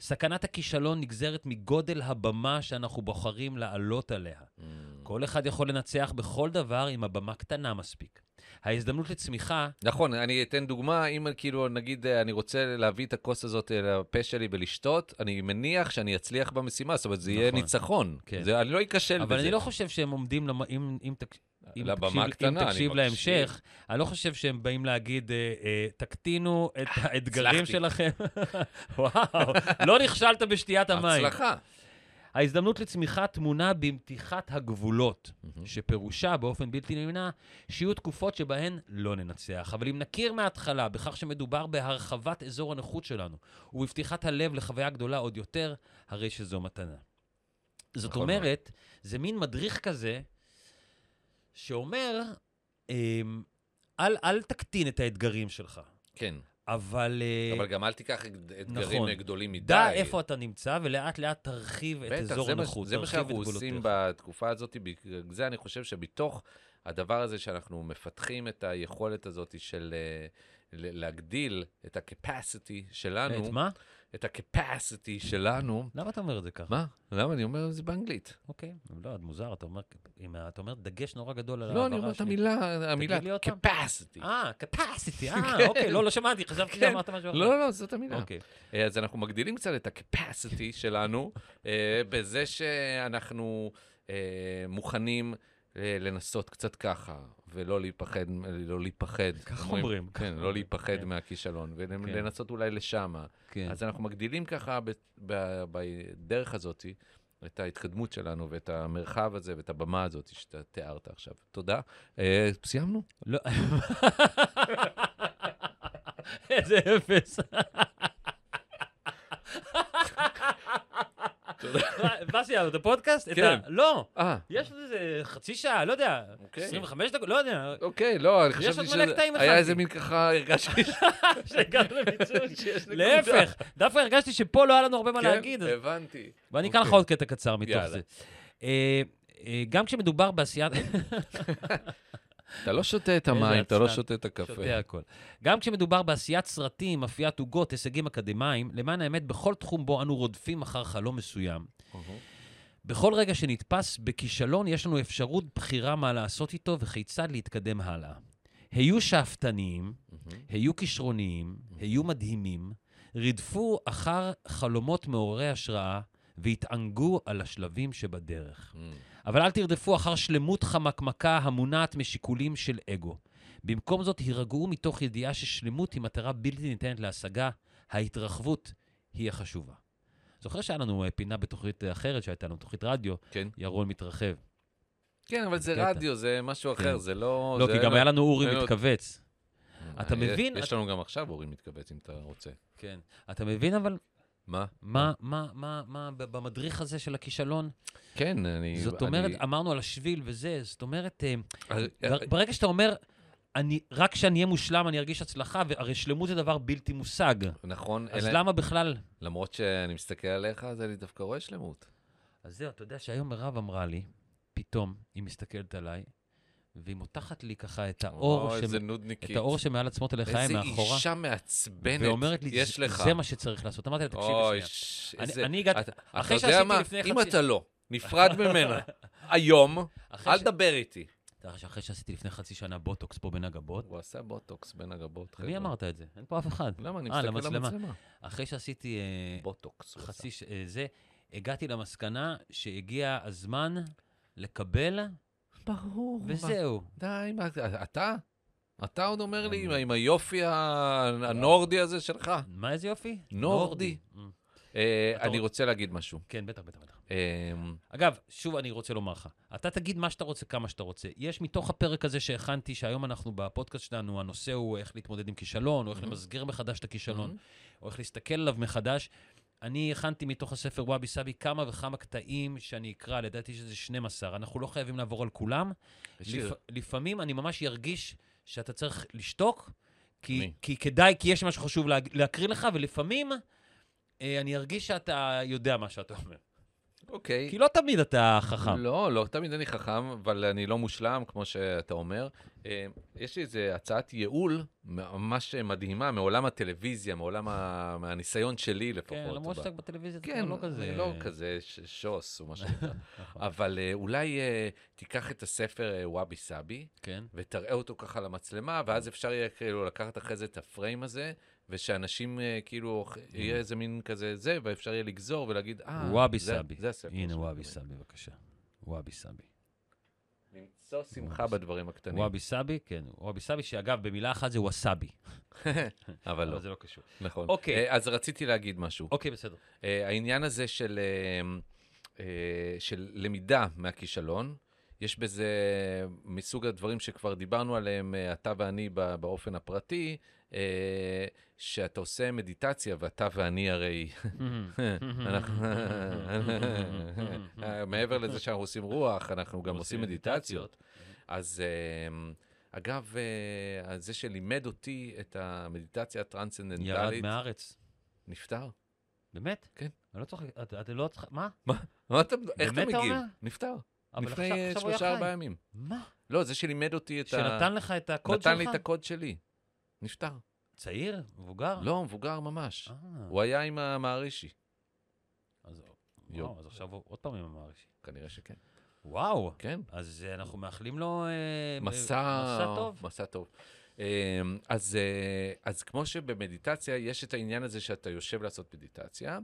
[SPEAKER 2] סכנת הכישלון נגזרת מגודל הבמה שאנחנו בוחרים לעלות עליה.
[SPEAKER 3] Mm.
[SPEAKER 2] כל אחד יכול לנצח בכל דבר אם הבמה קטנה מספיק. ההזדמנות לצמיחה,
[SPEAKER 3] נכון, אני אתן דוגמה, אם כאילו, נגיד, אה, אני רוצה להביא את הכוס הזאת אה, לפה שלי ולשתות, אני מניח שאני אצליח במשימה, זאת אומרת, זה יהיה
[SPEAKER 2] נכון.
[SPEAKER 3] ניצחון.
[SPEAKER 2] כן.
[SPEAKER 3] זה- אני לא אכשל בזה.
[SPEAKER 2] אבל אני לא חושב שהם עומדים, למ... אם, אם, תק... אם
[SPEAKER 3] לבמה
[SPEAKER 2] תקשיב,
[SPEAKER 3] הקטנה,
[SPEAKER 2] אם
[SPEAKER 3] אני
[SPEAKER 2] תקשיב
[SPEAKER 3] מקשיב.
[SPEAKER 2] להמשך, אני לא חושב שהם באים להגיד, אה, אה, תקטינו את האתגרים
[SPEAKER 3] הצלחתי.
[SPEAKER 2] שלכם. וואו, לא נכשלת בשתיית המים.
[SPEAKER 3] הצלחה.
[SPEAKER 2] ההזדמנות לצמיחה טמונה במתיחת הגבולות, שפירושה באופן בלתי נמנע שיהיו תקופות שבהן לא ננצח. אבל אם נכיר מההתחלה בכך שמדובר בהרחבת אזור הנוחות שלנו ובפתיחת הלב לחוויה גדולה עוד יותר, הרי שזו מתנה. זאת
[SPEAKER 3] נכון מאוד.
[SPEAKER 2] אומרת, זה מין מדריך כזה שאומר, אמ, אל, אל תקטין את האתגרים שלך,
[SPEAKER 3] כן,
[SPEAKER 2] אבל... אה,
[SPEAKER 3] אבל גם אל תיקח אתג- אתגרים
[SPEAKER 2] נכון.
[SPEAKER 3] אה, גדולים מדי.
[SPEAKER 2] דע איפה אתה נמצא, ולאט לאט תרחיב את
[SPEAKER 3] בטח,
[SPEAKER 2] אזור
[SPEAKER 3] זה מה-
[SPEAKER 2] הנוחות,
[SPEAKER 3] זה מה
[SPEAKER 2] תרחיב את
[SPEAKER 3] שאנחנו
[SPEAKER 2] גבולותיך.
[SPEAKER 3] עושים בתקופה הזאת, בגלל זה אני חושב שמתוך הדבר הזה שאנחנו מפתחים את היכולת הזאת של אה, ל- להגדיל את ה-capacity שלנו,
[SPEAKER 2] את מה?
[SPEAKER 3] את ה-capacity שלנו,
[SPEAKER 2] למה אתה אומר את זה ככה?
[SPEAKER 3] מה? למה אני אומר את זה באנגלית?
[SPEAKER 2] אוקיי. לא, את מוזר, אתה אומר, עם ה- אתה אומר דגש נורא גדול על
[SPEAKER 3] לא, אני אומר את
[SPEAKER 2] השנייה.
[SPEAKER 3] המילה, המילה
[SPEAKER 2] לי אותה.
[SPEAKER 3] capacity.
[SPEAKER 2] אה, capacity, אה, אוקיי, לא, לא שמעתי, חשבתי
[SPEAKER 3] כן.
[SPEAKER 2] שאמרת משהו אחר.
[SPEAKER 3] לא, לא, זאת המילה.
[SPEAKER 2] אוקיי.
[SPEAKER 3] אה, אז אנחנו מגדילים קצת את ה-capacity שלנו אה, בזה שאנחנו אה, מוכנים אה, לנסות קצת ככה, ולא להיפחד, לא להיפחד.
[SPEAKER 2] ככה אומרים.
[SPEAKER 3] כן, לא להיפחד
[SPEAKER 2] כן.
[SPEAKER 3] מהכישלון, ולנסות אולי לשמה.
[SPEAKER 2] כן.
[SPEAKER 3] אז אנחנו מגדילים ככה ב- ב- בדרך הזאת את ההתקדמות שלנו ואת המרחב הזה ואת הבמה הזאת שאתה תיארת עכשיו. תודה. אה, סיימנו?
[SPEAKER 2] לא. איזה אפס. מה סיימנו, את הפודקאסט? את
[SPEAKER 3] כן.
[SPEAKER 2] ה- לא,
[SPEAKER 3] אה,
[SPEAKER 2] יש עוד איזה חצי שעה, לא יודע,
[SPEAKER 3] אוקיי.
[SPEAKER 2] 25 דקות, לא יודע,
[SPEAKER 3] אוקיי, לא, אני
[SPEAKER 2] יש
[SPEAKER 3] חשבתי
[SPEAKER 2] עוד מלא
[SPEAKER 3] שזה...
[SPEAKER 2] קטעים
[SPEAKER 3] היה
[SPEAKER 2] הכנתי.
[SPEAKER 3] איזה מין ככה, הרגשתי
[SPEAKER 2] שהגענו למיצוי.
[SPEAKER 3] שיש נקודה.
[SPEAKER 2] להפך, דווקא הרגשתי שפה לא היה לנו הרבה מה
[SPEAKER 3] כן,
[SPEAKER 2] להגיד, אז
[SPEAKER 3] הבנתי.
[SPEAKER 2] ואני אקרא לך
[SPEAKER 3] אוקיי.
[SPEAKER 2] עוד קטע קצר מתוך
[SPEAKER 3] יאללה.
[SPEAKER 2] זה. אה, אה, גם כשמדובר בעשיית...
[SPEAKER 3] אתה לא שותה את
[SPEAKER 2] איזה
[SPEAKER 3] המים, אתה לא
[SPEAKER 2] עצלן.
[SPEAKER 3] שותה את הקפה.
[SPEAKER 2] שותה הכל. גם כשמדובר בעשיית סרטים, אפיית עוגות, הישגים אקדמיים, למען האמת, בכל תחום בו אנו רודפים אחר חלום מסוים,
[SPEAKER 3] אהה.
[SPEAKER 2] בכל רגע שנתפס בכישלון, יש לנו אפשרות בחירה מה לעשות איתו וכיצד להתקדם הלאה. היו שאפתניים, היו כישרוניים, היו מדהימים, רדפו אחר חלומות מעוררי השראה והתענגו על השלבים שבדרך.
[SPEAKER 3] Mm.
[SPEAKER 2] אבל אל תרדפו אחר שלמות חמקמקה המונעת משיקולים של אגו. במקום זאת, הירגעו מתוך ידיעה ששלמות היא מטרה בלתי ניתנת להשגה, ההתרחבות היא החשובה. זוכר שהיה לנו אה, פינה בתוכנית אחרת שהייתה לנו, תוכנית רדיו,
[SPEAKER 3] כן.
[SPEAKER 2] ירון מתרחב.
[SPEAKER 3] כן, אבל זה
[SPEAKER 2] קטע.
[SPEAKER 3] רדיו, זה משהו
[SPEAKER 2] כן.
[SPEAKER 3] אחר, זה לא...
[SPEAKER 2] לא,
[SPEAKER 3] זה
[SPEAKER 2] כי גם
[SPEAKER 3] לא-
[SPEAKER 2] היה לנו אורי
[SPEAKER 3] אין לו-
[SPEAKER 2] מתכווץ. אתה
[SPEAKER 3] אה,
[SPEAKER 2] מבין?
[SPEAKER 3] יש
[SPEAKER 2] אתה-
[SPEAKER 3] לנו גם עכשיו אורי מתכווץ, אם אתה רוצה.
[SPEAKER 2] כן. אתה מבין אבל
[SPEAKER 3] מה?
[SPEAKER 2] מה, מה, מה, מה ב- במדריך הזה של הכישלון?
[SPEAKER 3] כן, אני...
[SPEAKER 2] זאת
[SPEAKER 3] אני-
[SPEAKER 2] אומרת, אמרנו על השביל וזה, זאת אומרת, אה,
[SPEAKER 3] אז-
[SPEAKER 2] בר- ברגע שאתה אומר, אני, רק כשאני אהיה מושלם אני ארגיש הצלחה, והרי שלמות זה דבר בלתי מושג.
[SPEAKER 3] נכון,
[SPEAKER 2] אז
[SPEAKER 3] אלא-
[SPEAKER 2] למה בכלל?
[SPEAKER 3] למרות שאני מסתכל עליך, אז אני דווקא רואה שלמות.
[SPEAKER 2] אז זהו, אתה יודע שהיום מירב אמרה לי, פתאום, היא מסתכלת עליי, והיא מותחת לי ככה את האור,
[SPEAKER 3] אוי,
[SPEAKER 2] שמ-
[SPEAKER 3] איזה
[SPEAKER 2] את
[SPEAKER 3] נודניקית.
[SPEAKER 2] האור שמעל עצמות הלחיים
[SPEAKER 3] איזה
[SPEAKER 2] מאחורה,
[SPEAKER 3] אישה מעצבנת
[SPEAKER 2] ואומרת לי,
[SPEAKER 3] יש לך.
[SPEAKER 2] זה מה שצריך לעשות. אמרתי לה, תקשיבי
[SPEAKER 3] אוי,
[SPEAKER 2] שנייה.
[SPEAKER 3] ש-
[SPEAKER 2] אני-
[SPEAKER 3] איזה-
[SPEAKER 2] אני הגעתי-
[SPEAKER 3] אתה-
[SPEAKER 2] אחרי
[SPEAKER 3] אתה יודע
[SPEAKER 2] שעשיתי
[SPEAKER 3] מה?
[SPEAKER 2] לפני
[SPEAKER 3] אם
[SPEAKER 2] חצי-
[SPEAKER 3] אתה לא נפרד ממנה היום,
[SPEAKER 2] אחרי
[SPEAKER 3] אל
[SPEAKER 2] ש-
[SPEAKER 3] תדבר איתי.
[SPEAKER 2] אתה יודע שאחרי שעשיתי לפני חצי שנה בוטוקס פה בין הגבות,
[SPEAKER 3] הוא עשה בוטוקס בין הגבות.
[SPEAKER 2] למי
[SPEAKER 3] חבר'ה.
[SPEAKER 2] אמרת את זה? אין פה אף אחד.
[SPEAKER 3] למה? אני
[SPEAKER 2] אה,
[SPEAKER 3] מסתכל על
[SPEAKER 2] למצלמה.
[SPEAKER 3] המצלמה.
[SPEAKER 2] אחרי שעשיתי אה,
[SPEAKER 3] בוטוקס. הוא
[SPEAKER 2] חצי ש... אה, זה, הגעתי למסקנה שהגיע הזמן לקבל,
[SPEAKER 3] עשה. ברור. מה-
[SPEAKER 2] וזהו.
[SPEAKER 3] די, מה, אתה? אתה עוד אומר לי עם- עם היופי ה- הנורדי הזה שלך?
[SPEAKER 2] מה איזה יופי?
[SPEAKER 3] נורדי.
[SPEAKER 2] נורדי. Mm,
[SPEAKER 3] אה,
[SPEAKER 2] אתה
[SPEAKER 3] אני
[SPEAKER 2] רוצ-
[SPEAKER 3] רוצה להגיד משהו.
[SPEAKER 2] כן, בטח, בטח, בטח.
[SPEAKER 3] אה,
[SPEAKER 2] אגב, שוב אני רוצה לומר לך, אתה תגיד מה שאתה רוצה, כמה שאתה רוצה. יש מתוך הפרק הזה שהכנתי, שהיום אנחנו בפודקאסט שלנו, הנושא הוא איך להתמודד עם כישלון, או איך
[SPEAKER 3] Mhm.
[SPEAKER 2] למסגר מחדש את הכישלון, או איך להסתכל עליו מחדש. אני הכנתי מתוך הספר וואבי סאבי כמה וכמה קטעים שאני אקרא, לדעתי שזה 12. אנחנו לא חייבים לעבור על כולם.
[SPEAKER 3] יש לי-
[SPEAKER 2] לפ... לפעמים אני ממש ארגיש שאתה צריך לשתוק, כי,
[SPEAKER 3] אני.
[SPEAKER 2] כי כדאי, כי יש משהו חשוב לה... להקריא לך, ולפעמים אה, אני ארגיש שאתה יודע מה שאתה אומר.
[SPEAKER 3] אוקיי.
[SPEAKER 2] כי לא תמיד אתה חכם.
[SPEAKER 3] לא, לא, תמיד אני חכם, אבל אני לא מושלם, כמו שאתה אומר. אה, יש לי איזו הצעת ייעול ממש מדהימה מעולם הטלוויזיה, מעולם ה- מהניסיון שלי לפחות.
[SPEAKER 2] כן, למרות
[SPEAKER 3] ב-
[SPEAKER 2] שאתה בטלוויזיה, אתה
[SPEAKER 3] כן,
[SPEAKER 2] כבר לא כזה...
[SPEAKER 3] לא כזה ש- שוס, או מה שנקרא.
[SPEAKER 2] נכון.
[SPEAKER 3] אבל אה, אולי אה, תיקח את הספר אה, וואבי סאבי,
[SPEAKER 2] כן.
[SPEAKER 3] ותראה אותו ככה למצלמה, ואז אפשר יהיה כאילו לקחת אחרי זה את הפריים הזה, ושאנשים אה, כאילו, יהיה איזה מין כזה זה, ואפשר יהיה לגזור ולהגיד, אה,
[SPEAKER 2] וואבי
[SPEAKER 3] זה-
[SPEAKER 2] סאבי.
[SPEAKER 3] זה הספר.
[SPEAKER 2] הנה
[SPEAKER 3] שלי."
[SPEAKER 2] וואבי סאבי, בבקשה. וואבי סאבי.
[SPEAKER 3] למצוא שמחה בדברים הקטנים.
[SPEAKER 2] וואבי סאבי, כן. וואבי סאבי, שאגב, במילה אחת זה וואסאבי.
[SPEAKER 3] אבל לא,
[SPEAKER 2] אבל זה לא קשור.
[SPEAKER 3] נכון.
[SPEAKER 2] אוקיי.
[SPEAKER 3] אה, אז רציתי להגיד משהו.
[SPEAKER 2] אוקיי, בסדר.
[SPEAKER 3] אה, העניין הזה של, אה, אה, של למידה מהכישלון, יש בזה מסוג הדברים שכבר דיברנו עליהם, אה, אתה ואני ב- באופן הפרטי, אה, שאתה עושה מדיטציה, ואתה ואני הרי... אנחנו- אה, מעבר לזה שאנחנו עושים רוח, אנחנו גם עושים מדיטציות. אז אמ, אגב, אה, זה שלימד אותי את המדיטציה
[SPEAKER 2] ירד
[SPEAKER 3] הטרנסצנדנטלית,
[SPEAKER 2] מהארץ.
[SPEAKER 3] נפטר.
[SPEAKER 2] באמת?
[SPEAKER 3] כן.
[SPEAKER 2] אני לא צוחק, אתה אתה לא צוחק, מה?
[SPEAKER 3] מה אתה, איך אתה
[SPEAKER 2] באמת אתה
[SPEAKER 3] מגיב?
[SPEAKER 2] אומר?
[SPEAKER 3] נפטר.
[SPEAKER 2] אבל
[SPEAKER 3] לפני
[SPEAKER 2] עכשיו-
[SPEAKER 3] אה,
[SPEAKER 2] עכשיו הוא היה
[SPEAKER 3] שלושה
[SPEAKER 2] חי.
[SPEAKER 3] ארבעה ימים.
[SPEAKER 2] מה?
[SPEAKER 3] לא, זה שלימד אותי את ה...
[SPEAKER 2] שנתן לך את הקוד שלך?
[SPEAKER 3] נתן לי את הקוד שלי. נפטר.
[SPEAKER 2] צעיר? מבוגר?
[SPEAKER 3] לא, מבוגר ממש.
[SPEAKER 2] אה,
[SPEAKER 3] הוא היה עם המערישי.
[SPEAKER 2] אז וואו,
[SPEAKER 3] יופי.
[SPEAKER 2] אז עכשיו הוא עוד פעם עם המערישי.
[SPEAKER 3] כנראה שכן.
[SPEAKER 2] וואו.
[SPEAKER 3] כן.
[SPEAKER 2] אז אה, אנחנו מאחלים לו... אה,
[SPEAKER 3] מסע...
[SPEAKER 2] מסע טוב.
[SPEAKER 3] מסע טוב. אמ, אז, אה, אז כמו שבמדיטציה יש את העניין הזה שאתה יושב לעשות מדיטציה,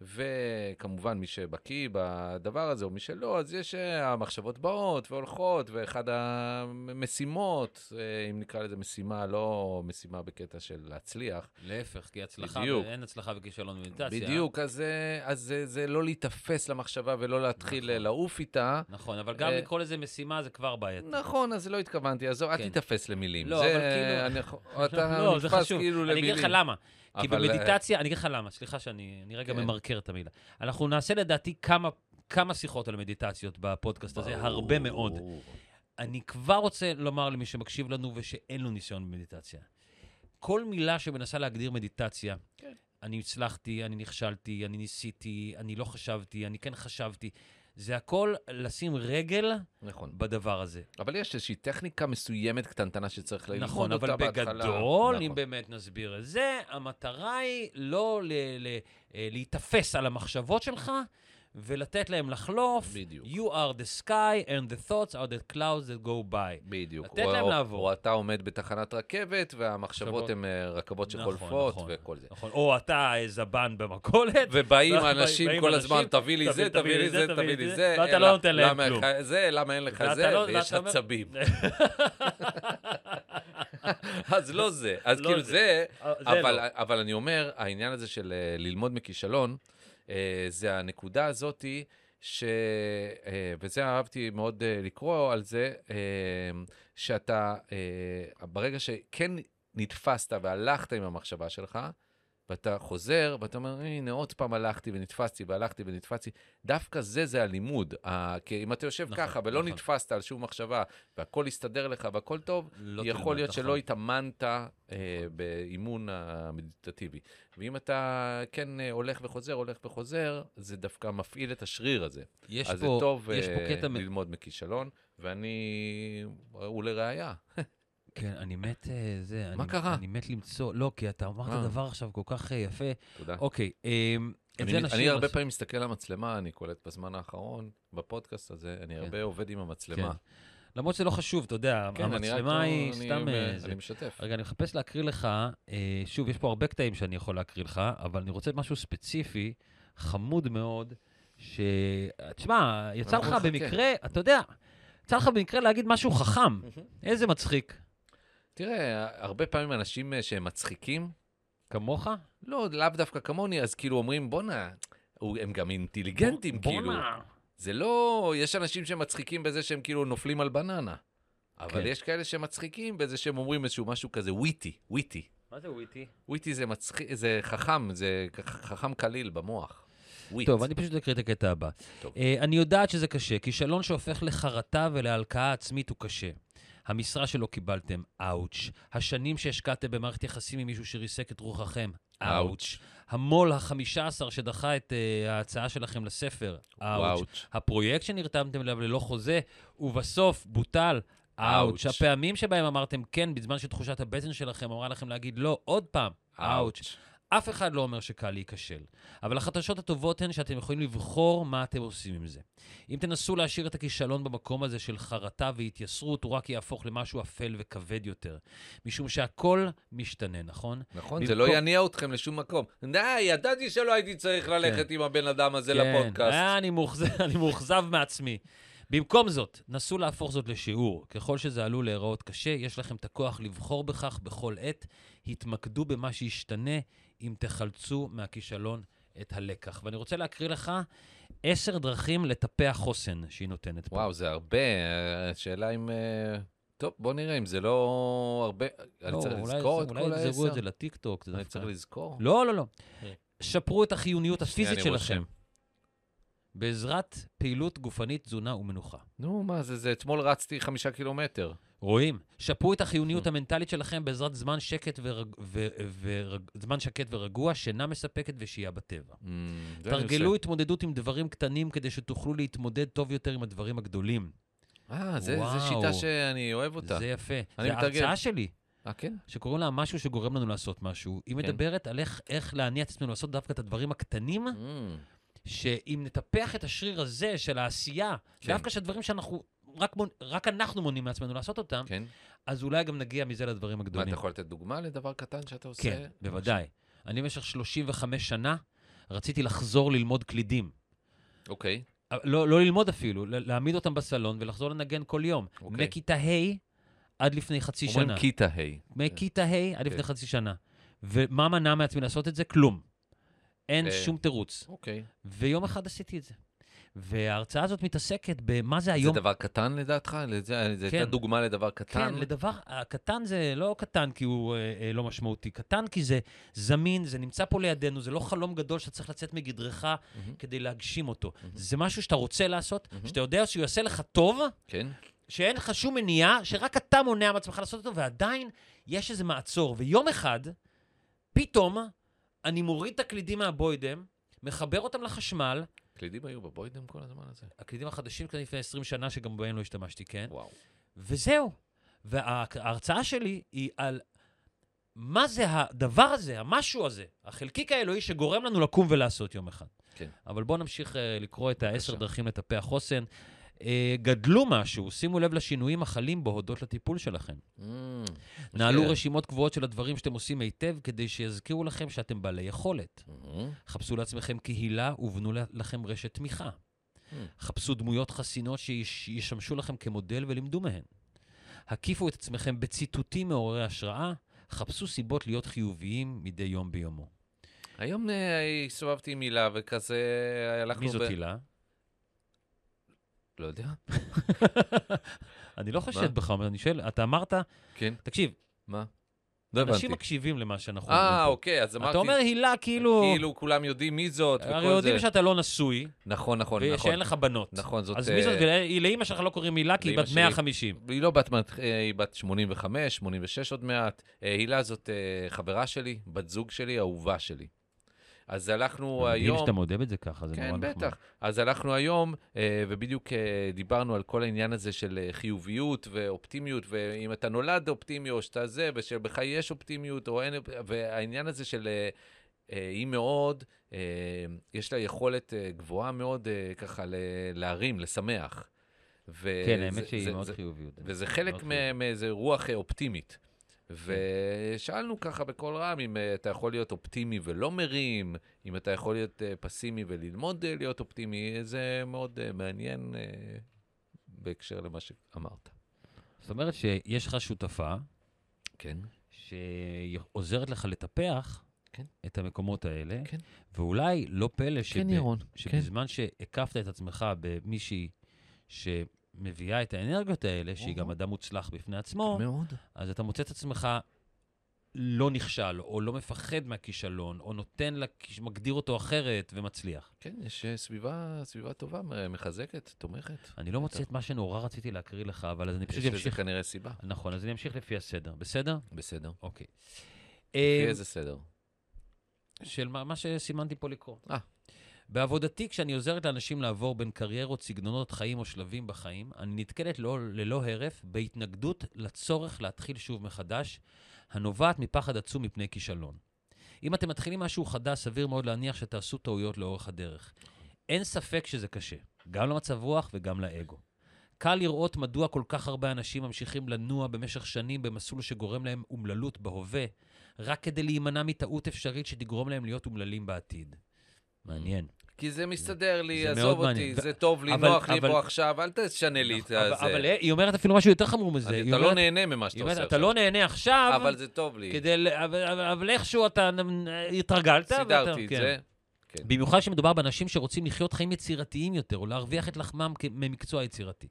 [SPEAKER 3] וכמובן מי שבקיא בדבר הזה או מי שלא, אז יש אה, המחשבות באות והולכות, ואחד המשימות, אה, אם נקרא לזה משימה, לא משימה בקטע של להצליח,
[SPEAKER 2] להפך, כי הצלחה,
[SPEAKER 3] בדיוק.
[SPEAKER 2] אין הצלחה וכישלון במדיטציה.
[SPEAKER 3] בדיוק, אז, אה, אז אה, זה לא להיתפס למחשבה ולא להתחיל אה, לעוף איתה.
[SPEAKER 2] נכון, אבל גם
[SPEAKER 3] אה,
[SPEAKER 2] לקרוא לזה משימה זה כבר בעייתי.
[SPEAKER 3] נכון, אז לא התכוונתי, אז אל
[SPEAKER 2] כן.
[SPEAKER 3] תיתפס למילים.
[SPEAKER 2] לא,
[SPEAKER 3] זה,
[SPEAKER 2] אבל כאילו-
[SPEAKER 3] אנחנו- אתה
[SPEAKER 2] לא, זה
[SPEAKER 3] נתפס
[SPEAKER 2] חשוב.
[SPEAKER 3] כאילו
[SPEAKER 2] אני
[SPEAKER 3] למילים.
[SPEAKER 2] אגיד לך למה. כי
[SPEAKER 3] אבל,
[SPEAKER 2] במדיטציה, אני אגיד לך למה, סליחה שאני אני רגע
[SPEAKER 3] כן.
[SPEAKER 2] ממרקר את המילה. אנחנו נעשה לדעתי כמה... כמה שיחות על מדיטציות בפודקאסט הזה,
[SPEAKER 3] אה, ברור.
[SPEAKER 2] הרבה מאוד. אני כבר רוצה לומר למי שמקשיב לנו ושאין לו ניסיון במדיטציה. כל מילה שמנסה להגדיר מדיטציה,
[SPEAKER 3] כן.
[SPEAKER 2] אני הצלחתי, אני נכשלתי, אני ניסיתי, אני לא חשבתי, אני כן חשבתי, זה הכל לשים רגל
[SPEAKER 3] נכון.
[SPEAKER 2] בדבר הזה.
[SPEAKER 3] אבל יש איזושהי טכניקה מסוימת קטנטנה שצריך ללמוד
[SPEAKER 2] נכון,
[SPEAKER 3] אותה
[SPEAKER 2] אבל
[SPEAKER 3] בהתחלה.
[SPEAKER 2] בגדול, אם
[SPEAKER 3] נכון.
[SPEAKER 2] באמת נסביר את זה, המטרה היא לא ל- ל- אה, להיתפס על המחשבות שלך ולתת להם לחלוף.
[SPEAKER 3] בדיוק.
[SPEAKER 2] You are the sky and the thoughts are the clouds that go by.
[SPEAKER 3] בדיוק.
[SPEAKER 2] לתת להם
[SPEAKER 3] או-
[SPEAKER 2] לעבור.
[SPEAKER 3] או אתה עומד בתחנת רכבת, והמחשבות
[SPEAKER 2] מחשבות.
[SPEAKER 3] הן אה, רכבות
[SPEAKER 2] נכון,
[SPEAKER 3] שחולפות
[SPEAKER 2] נכון,
[SPEAKER 3] וכל זה.
[SPEAKER 2] נכון, או אתה אה, זבן במכולת.
[SPEAKER 3] ובאים
[SPEAKER 2] ואז
[SPEAKER 3] אנשים
[SPEAKER 2] באים
[SPEAKER 3] כל
[SPEAKER 2] אנשים,
[SPEAKER 3] הזמן, תביא לי זה, תביא לי זה, תביא לי זה.
[SPEAKER 2] ואתה
[SPEAKER 3] אה,
[SPEAKER 2] לא
[SPEAKER 3] למה-
[SPEAKER 2] נותן להם
[SPEAKER 3] למה
[SPEAKER 2] כלום.
[SPEAKER 3] לך זה, למה אין לך
[SPEAKER 2] ואתה
[SPEAKER 3] זה,
[SPEAKER 2] לא-
[SPEAKER 3] ויש
[SPEAKER 2] ואתה אומר-
[SPEAKER 3] עצבים. אז לא זה. אז
[SPEAKER 2] לא
[SPEAKER 3] כאילו
[SPEAKER 2] זה.
[SPEAKER 3] זה,
[SPEAKER 2] אה, זה
[SPEAKER 3] אבל,
[SPEAKER 2] לא.
[SPEAKER 3] אבל אני אומר, העניין הזה של אה, ללמוד מכישלון, אה, זה הנקודה הזאתי, ש... אה, וזה אהבתי מאוד אה, לקרוא על זה, אה, שאתה, אה, ברגע שכן נתפסת והלכת עם המחשבה שלך, ואתה חוזר, ואתה אומר, הנה, עוד פעם הלכתי ונתפסתי והלכתי ונתפסתי. דווקא זה, זה הלימוד. ה- כי אם אתה יושב
[SPEAKER 2] נכון,
[SPEAKER 3] ככה ולא
[SPEAKER 2] נכון.
[SPEAKER 3] נתפסת על שום מחשבה, והכל הסתדר לך והכל טוב,
[SPEAKER 2] לא
[SPEAKER 3] יכול
[SPEAKER 2] תלמד,
[SPEAKER 3] להיות
[SPEAKER 2] נכון.
[SPEAKER 3] שלא התאמנת אה, באימון המדיטטיבי. ואם אתה כן אה, הולך וחוזר, הולך וחוזר, זה דווקא מפעיל את השריר הזה.
[SPEAKER 2] יש
[SPEAKER 3] אז
[SPEAKER 2] פה-
[SPEAKER 3] זה טוב
[SPEAKER 2] יש פה
[SPEAKER 3] אה,
[SPEAKER 2] קטע מ-
[SPEAKER 3] ללמוד מכישלון, ואני... ולראיה.
[SPEAKER 2] כן, אני מת, אה, זה...
[SPEAKER 3] מה
[SPEAKER 2] אני-
[SPEAKER 3] קרה?
[SPEAKER 2] אני מת למצוא, לא, כי אתה אמרת
[SPEAKER 3] אה.
[SPEAKER 2] דבר עכשיו כל כך אה, יפה.
[SPEAKER 3] תודה.
[SPEAKER 2] אוקיי, אמ, את
[SPEAKER 3] אני,
[SPEAKER 2] זה
[SPEAKER 3] אני
[SPEAKER 2] נשאיר.
[SPEAKER 3] הרבה
[SPEAKER 2] לס-
[SPEAKER 3] פעמים מסתכל על המצלמה, אני קולט בזמן האחרון, בפודקאסט הזה, אני
[SPEAKER 2] כן.
[SPEAKER 3] הרבה עובד עם המצלמה.
[SPEAKER 2] למרות שזה לא חשוב, אתה יודע,
[SPEAKER 3] כן, אני רק
[SPEAKER 2] כן. המצלמה
[SPEAKER 3] לא-
[SPEAKER 2] היא
[SPEAKER 3] אני-
[SPEAKER 2] סתם... אה, זה.
[SPEAKER 3] אני משתף.
[SPEAKER 2] רגע, אני מחפש להקריא לך, אה, שוב, יש פה הרבה קטעים שאני יכול להקריא לך, אבל אני רוצה משהו ספציפי, חמוד מאוד, ש... תשמע, יצא
[SPEAKER 3] אנחנו
[SPEAKER 2] לך
[SPEAKER 3] נחכה.
[SPEAKER 2] במקרה, אתה יודע, יצא לך במקרה להגיד משהו חכם. איזה מצחיק.
[SPEAKER 3] תראה, הרבה פעמים אנשים אה, שהם מצחיקים,
[SPEAKER 2] כמוך?
[SPEAKER 3] לא, לאו דווקא כמוני, אז כאילו אומרים, בואנה, הוא- הם גם אינטליגנטים, כאילו.
[SPEAKER 2] בואנה.
[SPEAKER 3] זה לא, יש אנשים שמצחיקים בזה שהם כאילו נופלים על בננה. אבל
[SPEAKER 2] כן.
[SPEAKER 3] יש כאלה שמצחיקים בזה שהם אומרים איזשהו משהו כזה וויטי, וויטי.
[SPEAKER 2] מה זה וויטי?
[SPEAKER 3] וויטי זה מצחיק, זה חכם, זה כ- חכם קליל במוח. וויט.
[SPEAKER 2] טוב, אני פשוט אקריא את הקטע הבא.
[SPEAKER 3] טוב.
[SPEAKER 2] אה, אני יודעת שזה קשה. כישלון שהופך לחרטה ולהלקאה עצמית הוא קשה. המשרה שלא קיבלתם, אאוץ'. השנים שהשקעתם במערכת יחסים עם מישהו שריסק את רוחכם, אאוץ'.
[SPEAKER 3] אאוץ'.
[SPEAKER 2] המו"ל ה-15 שדחה את אה, ההצעה שלכם לספר, אאוץ'.
[SPEAKER 3] וואוץ'.
[SPEAKER 2] הפרויקט שנרתמתם אליו ללא חוזה, ובסוף בוטל. אאוץ'.
[SPEAKER 3] אאוץ'.
[SPEAKER 2] הפעמים שבהם אמרתם כן, בזמן שתחושת הבטן שלכם אמרה לכם להגיד לא, עוד פעם, אאוץ'. אף אחד לא אומר שקל להיכשל, אבל החדשות הטובות הן שאתם יכולים לבחור מה אתם עושים עם זה. אם תנסו להשאיר את הכישלון במקום הזה של חרטה והתייסרות, הוא רק יהפוך למשהו אפל וכבד יותר. משום שהכל משתנה, נכון?
[SPEAKER 3] נכון, זה לא
[SPEAKER 2] במקום-
[SPEAKER 3] יניע אתכם לשום מקום. די, ידעתי שלא הייתי צריך ללכת עם הבן אדם הזה לפודקאסט.
[SPEAKER 2] כן. אה, אני מאוכזב- אני מאוכזב מעצמי. במקום זאת, נסו להפוך זאת לשיעור. ככל שזה עלול להיראות קשה, יש לכם את הכוח לבחור בכך בכל עת. התמקדו במה שישתנה אם תחלצו מהכישלון את הלקח. ואני רוצה להקריא לך עשר דרכים לטפח חוסן שהיא נותנת פה.
[SPEAKER 3] וואו, זה הרבה. אה, השאלה אם... אה, טוב, בוא נראה אם זה לא הרבה... אני
[SPEAKER 2] לא,
[SPEAKER 3] צריך
[SPEAKER 2] אולי-
[SPEAKER 3] לזכור את כל
[SPEAKER 2] אולי
[SPEAKER 3] העשר?
[SPEAKER 2] יגזרו את זה לטיקטוק. זה
[SPEAKER 3] אני
[SPEAKER 2] דווקא-
[SPEAKER 3] צריך לזכור?
[SPEAKER 2] לא, לא, לא.
[SPEAKER 3] אה.
[SPEAKER 2] שפרו את החיוניות
[SPEAKER 3] שנייה,
[SPEAKER 2] הפיזית
[SPEAKER 3] אני רושם.
[SPEAKER 2] שלכם בעזרת פעילות גופנית, תזונה ומנוחה.
[SPEAKER 3] נו, מה זה, זה אתמול רצתי חמישה קילומטר. Mm,
[SPEAKER 2] רואים? שפרו את החיוניות המנטלית שלכם בעזרת זמן שקט, ורג... ו... ורג... זמן שקט ורגוע, שינה מספקת ושהייה בטבע.
[SPEAKER 3] Mm, זה אני
[SPEAKER 2] תרגלו
[SPEAKER 3] עושה.
[SPEAKER 2] התמודדות עם דברים קטנים כדי שתוכלו להתמודד טוב יותר עם הדברים הגדולים.
[SPEAKER 3] אה, זה-
[SPEAKER 2] וואו.
[SPEAKER 3] זו שיטה שאני אוהב אותה.
[SPEAKER 2] זה יפה.
[SPEAKER 3] אני
[SPEAKER 2] זה
[SPEAKER 3] מתרגם.
[SPEAKER 2] ההרצאה שלי,
[SPEAKER 3] אה, כן?
[SPEAKER 2] שקוראים לה משהו שגורם לנו לעשות משהו. היא
[SPEAKER 3] כן.
[SPEAKER 2] מדברת על איך- איך להניע את עצמנו לעשות דווקא את הדברים הקטנים,
[SPEAKER 3] Mm.
[SPEAKER 2] שאם נטפח את השריר הזה של העשייה,
[SPEAKER 3] כן.
[SPEAKER 2] דווקא של דברים שאנחנו, רק מונ- רק אנחנו מונעים מעצמנו לעשות אותם,
[SPEAKER 3] כן?
[SPEAKER 2] אז אולי גם נגיע מזה לדברים
[SPEAKER 3] מה, אתה
[SPEAKER 2] הגדולים.
[SPEAKER 3] יכול לתת דוגמה לדבר קטן שאתה עושה?
[SPEAKER 2] כן, בוודאי. אני במשך 35 שנה רציתי לחזור ללמוד קלידים.
[SPEAKER 3] אוקיי.
[SPEAKER 2] אה, לא, לא ללמוד אפילו, ל- להעמיד אותם בסלון ולחזור לנגן כל יום.
[SPEAKER 3] אוקיי.
[SPEAKER 2] מכיתה ה' עד לפני חצי שנה.
[SPEAKER 3] אומרים כיתה ה'.
[SPEAKER 2] מכיתה ה' עד
[SPEAKER 3] כן.
[SPEAKER 2] לפני חצי שנה. ומה מנע מעצמי לעשות את זה? כלום. אין
[SPEAKER 3] אה.
[SPEAKER 2] שום תירוץ.
[SPEAKER 3] אוקיי.
[SPEAKER 2] ויום אחד עשיתי את זה. וההרצאה הזאת מתעסקת במה זה היום.
[SPEAKER 3] זה דבר קטן לדעתך? לזה- זו
[SPEAKER 2] כן.
[SPEAKER 3] הייתה דוגמה לדבר קטן?
[SPEAKER 2] כן, לדבר, הקטן זה לא קטן כי הוא אה, אה, לא משמעותי, קטן כי זה זמין, זה נמצא פה לידינו, זה לא חלום גדול שאתה צריך לצאת מגדרך
[SPEAKER 3] מהמם.
[SPEAKER 2] כדי להגשים אותו.
[SPEAKER 3] מהמם.
[SPEAKER 2] זה משהו שאתה רוצה לעשות, שאתה יודע שהוא יעשה לך טוב,
[SPEAKER 3] כן.
[SPEAKER 2] שאין לך שום מניעה, שרק אתה מונע מעצמך לעשות אותו, ועדיין יש איזה מעצור. ויום אחד, פתאום, אני מוריד את הקלידים מהבוידם, מחבר אותם לחשמל,
[SPEAKER 3] קלידים היו בבוידם כל הזמן הזה?
[SPEAKER 2] הקלידים החדשים כאן לפני 20 שנה, שגם בהם לא השתמשתי, כן?
[SPEAKER 3] וואו.
[SPEAKER 2] וזהו. וההרצאה שלי היא על מה זה הדבר הזה, המשהו הזה, החלקיק האלוהי שגורם לנו לקום ולעשות יום אחד.
[SPEAKER 3] כן.
[SPEAKER 2] אבל בואו נמשיך אה, לקרוא את העשר
[SPEAKER 3] בבקשה.
[SPEAKER 2] דרכים לטפח חוסן. אה, גדלו משהו, שימו לב לשינויים החלים בו הודות לטיפול שלכם.
[SPEAKER 3] Mm.
[SPEAKER 2] נעלו
[SPEAKER 3] כן.
[SPEAKER 2] רשימות קבועות של הדברים שאתם עושים היטב כדי שיזכירו לכם שאתם בעלי יכולת.
[SPEAKER 3] Mhm.
[SPEAKER 2] חפשו לעצמכם קהילה ובנו לה- לכם רשת תמיכה.
[SPEAKER 3] Hmm.
[SPEAKER 2] חפשו דמויות חסינות שישמשו לכם כמודל ולימדו מהן. הקיפו את עצמכם בציטוטים מעוררי השראה, חפשו סיבות להיות חיוביים מדי יום ביומו.
[SPEAKER 3] היום אה, הסתובבתי עם הילה וכזה הלכנו...
[SPEAKER 2] מי זאת
[SPEAKER 3] ב-
[SPEAKER 2] הילה?
[SPEAKER 3] לא יודע.
[SPEAKER 2] אני לא חושד בך, אבל אני שואל, אתה אמרת,
[SPEAKER 3] כן.
[SPEAKER 2] תקשיב,
[SPEAKER 3] מה? לא הבנתי.
[SPEAKER 2] אנשים מקשיבים למה שאנחנו
[SPEAKER 3] אה,
[SPEAKER 2] אומרים.
[SPEAKER 3] אוקיי, אז
[SPEAKER 2] פה.
[SPEAKER 3] אמרתי...
[SPEAKER 2] אתה אומר הילה כאילו,
[SPEAKER 3] כאילו כולם יודעים מי זאת
[SPEAKER 2] הרי
[SPEAKER 3] וכל
[SPEAKER 2] יודעים
[SPEAKER 3] זה.
[SPEAKER 2] שאתה לא נשוי,
[SPEAKER 3] נכון, נכון, נכון.
[SPEAKER 2] ושאין לך בנות.
[SPEAKER 3] נכון, זאת...
[SPEAKER 2] אז מי זאת,
[SPEAKER 3] אה,
[SPEAKER 2] ולאימא שלך לא קוראים הילה כי היא
[SPEAKER 3] לאמא
[SPEAKER 2] בת
[SPEAKER 3] שלי-
[SPEAKER 2] 150.
[SPEAKER 3] היא לא בת, מת- אה, היא בת 85, 86 עוד מעט. אה, הילה זאת אה, חברה שלי, בת זוג שלי, אהובה שלי. אז הלכנו
[SPEAKER 2] מדהים
[SPEAKER 3] היום...
[SPEAKER 2] שאתה מודה בזה ככה, זה נורא
[SPEAKER 3] כן,
[SPEAKER 2] נחמד.
[SPEAKER 3] בטח. אז הלכנו היום, אה, ובדיוק אה, דיברנו על כל העניין הזה של אה, חיוביות ואופטימיות, ואם אתה נולד אופטימי או שאתה זה, ושבך יש אופטימיות או אין, אופ- והעניין הזה של... אה, אה, היא מאוד, אה, יש לה יכולת אה, גבוהה מאוד אה, ככה ל- להרים, לשמח. ו-
[SPEAKER 2] כן,
[SPEAKER 3] אה, זה-
[SPEAKER 2] האמת שהיא
[SPEAKER 3] זה-
[SPEAKER 2] מאוד
[SPEAKER 3] זה-
[SPEAKER 2] חיוביות.
[SPEAKER 3] וזה חלק
[SPEAKER 2] מאוד
[SPEAKER 3] מ- מאיזה רוח אה, אופטימית. כן. ושאלנו ככה בקול רם אם אה, אתה יכול להיות אופטימי ולא מרים, אם אתה יכול להיות אה, פסימי וללמוד אה, להיות אופטימי, זה מאוד אה, מעניין אה, בהקשר למה שאמרת.
[SPEAKER 2] זאת אומרת שיש לך שותפה
[SPEAKER 3] כן.
[SPEAKER 2] שעוזרת לך לטפח
[SPEAKER 3] כן.
[SPEAKER 2] את המקומות האלה,
[SPEAKER 3] כן.
[SPEAKER 2] ואולי לא פלא שב-
[SPEAKER 3] כן.
[SPEAKER 2] שבזמן שהקפת את עצמך במישהי שמביאה את האנרגיות האלה, שהיא גם
[SPEAKER 3] אוהו. כן,
[SPEAKER 2] אדם מוצלח בפני עצמו,
[SPEAKER 3] מאוד.
[SPEAKER 2] אז אתה מוצא את עצמך לא נכשל, או לא מפחד מהכישלון, או נותן, לכיש- מגדיר אותו אחרת ומצליח.
[SPEAKER 3] כן, יש אה, סביבה, סביבה טובה, מ- מחזקת, תומכת.
[SPEAKER 2] אני לא מוצא את מה שנורא רציתי להקריא לך, אבל אז אני פשוט
[SPEAKER 3] יש לזה
[SPEAKER 2] אמשיך.
[SPEAKER 3] כנראה סיבה.
[SPEAKER 2] נכון, אז אני אמשיך לפי הסדר, בסדר?
[SPEAKER 3] בסדר. אה,
[SPEAKER 2] אוקיי.
[SPEAKER 3] לפי
[SPEAKER 2] אמ,
[SPEAKER 3] איזה סדר?
[SPEAKER 2] של מה, מה שסימנתי פה לקרוא.
[SPEAKER 3] אה.
[SPEAKER 2] בעבודתי, כשאני עוזרת לאנשים לעבור בין קריירות, סגנונות חיים או שלבים בחיים, אני נתקלת לא, ללא הרף בהתנגדות לצורך להתחיל שוב מחדש, הנובעת מפחד עצום מפני כישלון. אם אתם מתחילים משהו חדש, סביר מאוד להניח שתעשו טעויות לאורך הדרך. אין ספק שזה קשה, גם למצב רוח וגם לאגו. קל לראות מדוע כל כך הרבה אנשים ממשיכים לנוע במשך שנים במסלול שגורם להם אומללות בהווה, רק כדי להימנע מטעות אפשרית שתגרום להם להיות אומללים בעתיד. מעניין.
[SPEAKER 3] כי זה מסתדר לי,
[SPEAKER 2] זה
[SPEAKER 3] עזוב
[SPEAKER 2] מאוד
[SPEAKER 3] אותי,
[SPEAKER 2] מעניין.
[SPEAKER 3] זה טוב לי,
[SPEAKER 2] אבל-
[SPEAKER 3] נוח לי
[SPEAKER 2] אבל-
[SPEAKER 3] פה עכשיו, אל תשנה לי את
[SPEAKER 2] אבל-
[SPEAKER 3] זה.
[SPEAKER 2] אבל אה, היא אומרת אפילו משהו יותר חמור מזה.
[SPEAKER 3] אז
[SPEAKER 2] היא
[SPEAKER 3] אתה לא
[SPEAKER 2] אומרת-
[SPEAKER 3] נהנה ממה שאתה
[SPEAKER 2] היא אומרת,
[SPEAKER 3] עושה
[SPEAKER 2] אתה
[SPEAKER 3] עכשיו.
[SPEAKER 2] לא נהנה עכשיו,
[SPEAKER 3] אבל זה טוב לי.
[SPEAKER 2] כדי ל- אבל- אבל- אבל איכשהו אתה נ- התרגלת. ואתה-
[SPEAKER 3] סידרתי את
[SPEAKER 2] כן.
[SPEAKER 3] זה.
[SPEAKER 2] במיוחד כשמדובר באנשים שרוצים לחיות חיים יצירתיים יותר, או להרוויח את לחמם כ- ממקצוע יצירתי.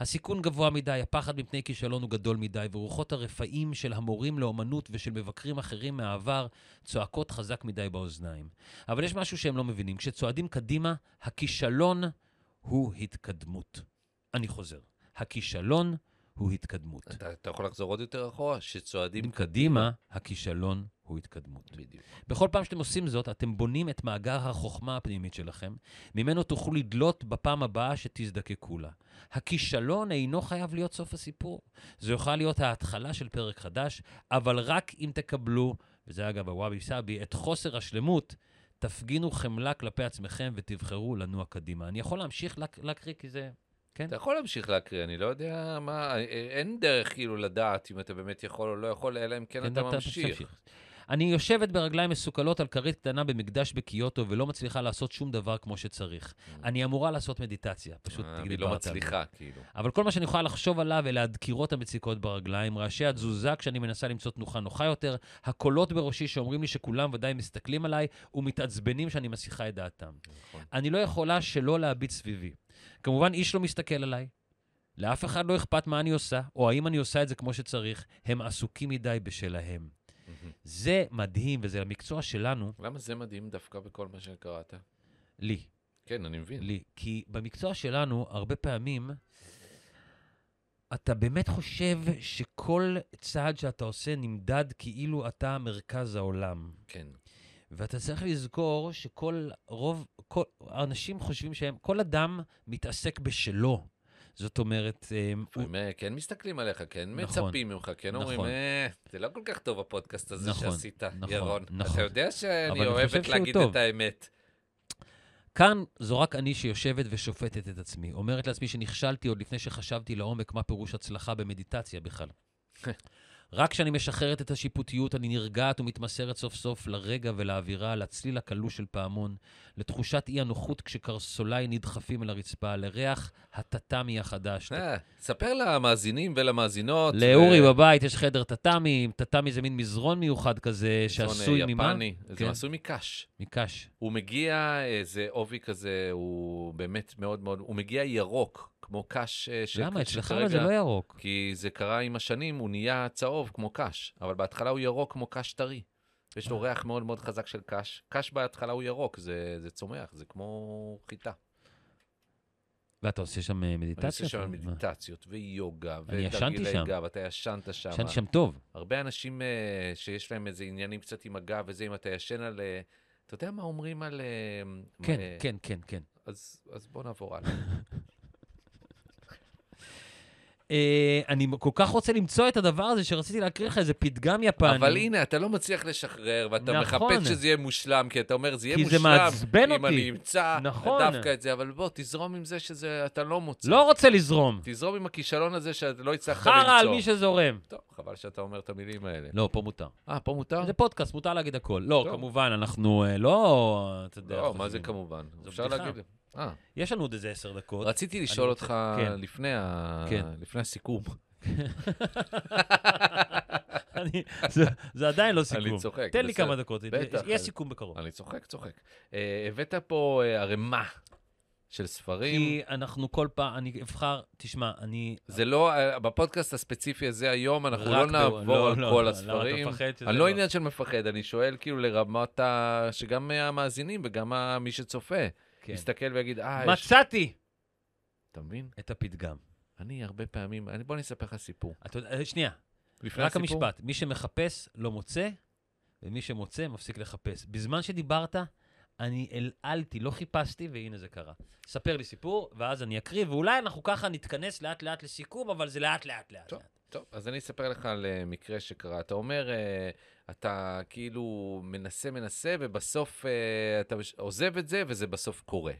[SPEAKER 2] הסיכון גבוה מדי, הפחד מפני כישלון הוא גדול מדי, ורוחות הרפאים של המורים לאומנות ושל מבקרים אחרים מהעבר צועקות חזק מדי באוזניים. אבל יש משהו שהם לא מבינים. כשצועדים קדימה, הכישלון הוא התקדמות. אני חוזר. הכישלון הוא התקדמות.
[SPEAKER 3] אתה, אתה יכול לחזור עוד יותר אחורה, שצועדים
[SPEAKER 2] קדימה, הכישלון הוא התקדמות.
[SPEAKER 3] בדיוק.
[SPEAKER 2] בכל פעם שאתם עושים זאת, אתם בונים את מאגר החוכמה הפנימית שלכם, ממנו תוכלו לדלות בפעם הבאה שתזדקקו לה. הכישלון אינו חייב להיות סוף הסיפור. זו יכולה להיות ההתחלה של פרק חדש, אבל רק אם תקבלו, וזה אגב הוואבי סאבי, את חוסר השלמות, תפגינו חמלה כלפי עצמכם ותבחרו לנוע קדימה. אני יכול להמשיך להק- להקריא כי זה...
[SPEAKER 3] אתה יכול להמשיך להקריא, אני לא יודע מה, אה, אין דרך כאילו לדעת אם אתה באמת יכול או לא יכול, אלא אם כן אתה ממשיך.
[SPEAKER 2] אני יושבת ברגליים מסוכלות על כרית קטנה במקדש בקיוטו ולא מצליחה לעשות שום דבר כמו שצריך. אני אמורה לעשות מדיטציה, פשוט
[SPEAKER 3] Mm. אה,
[SPEAKER 2] תגידי
[SPEAKER 3] אני לא
[SPEAKER 2] דיברת על
[SPEAKER 3] מצליחה, כאילו.
[SPEAKER 2] זה. אבל כל מה שאני יכולה לחשוב עליו אלה הדקירות המציקות ברגליים, רעשי התזוזה כשאני מנסה למצוא תנוחה נוחה יותר, הקולות בראשי שאומרים לי שכולם ודאי מסתכלים עליי ומתעצבנים שאני מסיחה את דעתם.
[SPEAKER 3] נכון.
[SPEAKER 2] אני לא יכולה שלא להביט סביבי. כמובן, איש לא מסתכל עליי. לאף אחד לא אכפת מה אני עושה, או האם אני עושה את זה כמו שצריך. הם עסוקים מדי בשלהם. זה מדהים, וזה המקצוע שלנו,
[SPEAKER 3] למה זה מדהים דווקא בכל מה שקראת?
[SPEAKER 2] לי,
[SPEAKER 3] כן, אני מבין.
[SPEAKER 2] לי. כי במקצוע שלנו, הרבה פעמים, אתה באמת חושב שכל צעד שאתה עושה נמדד כאילו אתה מרכז העולם.
[SPEAKER 3] כן.
[SPEAKER 2] ואתה צריך לזכור שכל רוב, כל, האנשים חושבים שהם, כל אדם מתעסק בשלו. זאת אומרת, אמ, הוא,
[SPEAKER 3] לפעמים אה, כן מסתכלים עליך, כן
[SPEAKER 2] נכון.
[SPEAKER 3] מצפים ממך, כן
[SPEAKER 2] נכון.
[SPEAKER 3] אומרים, "אה, זה לא כל כך טוב הפודקאסט הזה
[SPEAKER 2] נכון,
[SPEAKER 3] שעשית,
[SPEAKER 2] נכון,
[SPEAKER 3] ירון.
[SPEAKER 2] נכון.
[SPEAKER 3] אתה יודע
[SPEAKER 2] אבל
[SPEAKER 3] שאני
[SPEAKER 2] אני חושב
[SPEAKER 3] אוהבת
[SPEAKER 2] שהוא
[SPEAKER 3] להגיד
[SPEAKER 2] טוב.
[SPEAKER 3] את האמת.
[SPEAKER 2] כאן זו רק אני שיושבת ושופטת את עצמי. אומרת לעצמי שנכשלתי עוד לפני שחשבתי לעומק מה פירוש הצלחה במדיטציה בכלל. רק כשאני משחררת את השיפוטיות, אני נרגעת ומתמסרת סוף סוף לרגע ולאווירה, לצליל הקלוש של פעמון, לתחושת אי-הנוחות כשקרסוליי נדחפים אל הרצפה, לריח הטאטמי החדש,
[SPEAKER 3] אה, ספר למאזינים ולמאזינות. אה,
[SPEAKER 2] לאורי
[SPEAKER 3] ו-
[SPEAKER 2] בבית יש חדר טאטאמי, טאטאמי זה מין מזרון מיוחד כזה,
[SPEAKER 3] מזרון,
[SPEAKER 2] שעשוי
[SPEAKER 3] אה,
[SPEAKER 2] ממה?
[SPEAKER 3] יפני,
[SPEAKER 2] כן.
[SPEAKER 3] זה עשוי מקש.
[SPEAKER 2] מקש.
[SPEAKER 3] הוא מגיע, איזה עובי כזה, הוא באמת מאוד מאוד, הוא מגיע ירוק, כמו קש אה, ש-
[SPEAKER 2] למה? אצלך
[SPEAKER 3] שכרגע-
[SPEAKER 2] זה לא ירוק.
[SPEAKER 3] כי זה קרה עם השנים, הוא נהיה צהוב כמו קש, אבל בהתחלה הוא ירוק כמו קש טרי. יש
[SPEAKER 2] אה.
[SPEAKER 3] לו ריח מאוד מאוד חזק של קש. קש בהתחלה הוא ירוק, זה, זה צומח, זה כמו חיטה.
[SPEAKER 2] ואתה עושה שם אה, מדיטציה?
[SPEAKER 3] אני עושה שם
[SPEAKER 2] מה?
[SPEAKER 3] מדיטציות ויוגה
[SPEAKER 2] אני ישנתי
[SPEAKER 3] ותרגילי
[SPEAKER 2] שם.
[SPEAKER 3] גב, אתה ישנת שם.
[SPEAKER 2] ישנתי שם טוב.
[SPEAKER 3] הרבה אנשים אה, שיש להם איזה עניינים קצת עם הגב וזה, אם אתה ישן על... אה, אתה יודע מה אומרים על... אה,
[SPEAKER 2] כן,
[SPEAKER 3] אה,
[SPEAKER 2] כן, כן, כן.
[SPEAKER 3] אז, אז בוא נעבור הלאה.
[SPEAKER 2] אה, אני כל כך רוצה למצוא את הדבר הזה שרציתי להקריא לך איזה פתגם יפני.
[SPEAKER 3] אבל הנה, אתה לא מצליח לשחרר, ואתה
[SPEAKER 2] נכון.
[SPEAKER 3] מחפש שזה יהיה מושלם, כי אתה אומר, זה יהיה
[SPEAKER 2] כי זה
[SPEAKER 3] מושלם.
[SPEAKER 2] מעצבן
[SPEAKER 3] אם
[SPEAKER 2] אותי."
[SPEAKER 3] אני אמצא
[SPEAKER 2] נכון.
[SPEAKER 3] דווקא את זה, אבל בוא, תזרום עם זה שזה, אתה לא מוצא.
[SPEAKER 2] לא רוצה לזרום.
[SPEAKER 3] תזרום עם הכישלון הזה שאתה לא הצלחת למצוא.
[SPEAKER 2] חרא על מי שזורם.
[SPEAKER 3] טוב, חבל שאתה אומר את המילים האלה.
[SPEAKER 2] לא, פה מותר.
[SPEAKER 3] אה, פה מותר?
[SPEAKER 2] זה פודקאסט, מותר להגיד הכל. לא,
[SPEAKER 3] טוב.
[SPEAKER 2] כמובן, אנחנו אה, לא, אתה יודע.
[SPEAKER 3] לא, מה זה
[SPEAKER 2] חושבים.
[SPEAKER 3] כמובן?
[SPEAKER 2] זו
[SPEAKER 3] אפשר
[SPEAKER 2] בדיחה.
[SPEAKER 3] להגיד... אה,
[SPEAKER 2] יש לנו עוד איזה עשר דקות.
[SPEAKER 3] רציתי לשאול
[SPEAKER 2] רוצה-
[SPEAKER 3] אותך
[SPEAKER 2] כן.
[SPEAKER 3] לפני ה-
[SPEAKER 2] כן.
[SPEAKER 3] לפני הסיכום.
[SPEAKER 2] אני- זה- זה עדיין לא סיכום.
[SPEAKER 3] אני צוחק.
[SPEAKER 2] תן לי
[SPEAKER 3] בסדר.
[SPEAKER 2] כמה דקות,
[SPEAKER 3] בטח.
[SPEAKER 2] יש סיכום בקרוב.
[SPEAKER 3] אני צוחק, צוחק. אה, הבאת פה אה, ערימה של ספרים.
[SPEAKER 2] כי אנחנו כל פעם, אני אבחר, תשמע, אני...
[SPEAKER 3] זה לא, בפודקאסט הספציפי הזה היום, אנחנו
[SPEAKER 2] רק
[SPEAKER 3] לא
[SPEAKER 2] ב-
[SPEAKER 3] נעבור
[SPEAKER 2] לא,
[SPEAKER 3] על
[SPEAKER 2] לא,
[SPEAKER 3] כל
[SPEAKER 2] לא,
[SPEAKER 3] הספרים.
[SPEAKER 2] למה אתה מפחד שזה
[SPEAKER 3] אני
[SPEAKER 2] לא?
[SPEAKER 3] לא עניין של מפחד, אני שואל כאילו לרמת ה... שגם המאזינים וגם ה- מי שצופה
[SPEAKER 2] כן.
[SPEAKER 3] יסתכל ויגיד, אה, יש...
[SPEAKER 2] מצאתי
[SPEAKER 3] אתה מבין?
[SPEAKER 2] את הפתגם.
[SPEAKER 3] אני הרבה פעמים, אני- בוא אני אספר לך סיפור.
[SPEAKER 2] אתה יודע, אה, שנייה,
[SPEAKER 3] לפני
[SPEAKER 2] רק
[SPEAKER 3] הסיפור?
[SPEAKER 2] המשפט. מי שמחפש לא מוצא, ומי שמוצא מפסיק לחפש. בזמן שדיברת, אני אלעלתי, לא חיפשתי, והנה זה קרה. ספר לי סיפור, ואז אני אקריא, ואולי אנחנו ככה נתכנס לאט-לאט לסיכום, אבל זה לאט-לאט. לאט.
[SPEAKER 3] טוב. טוב, אז אני אספר לך על אה, מקרה שקרה. אתה אומר, אה, אתה כאילו מנסה, מנסה, ובסוף אה, אתה מש- עוזב את זה, וזה בסוף קורה.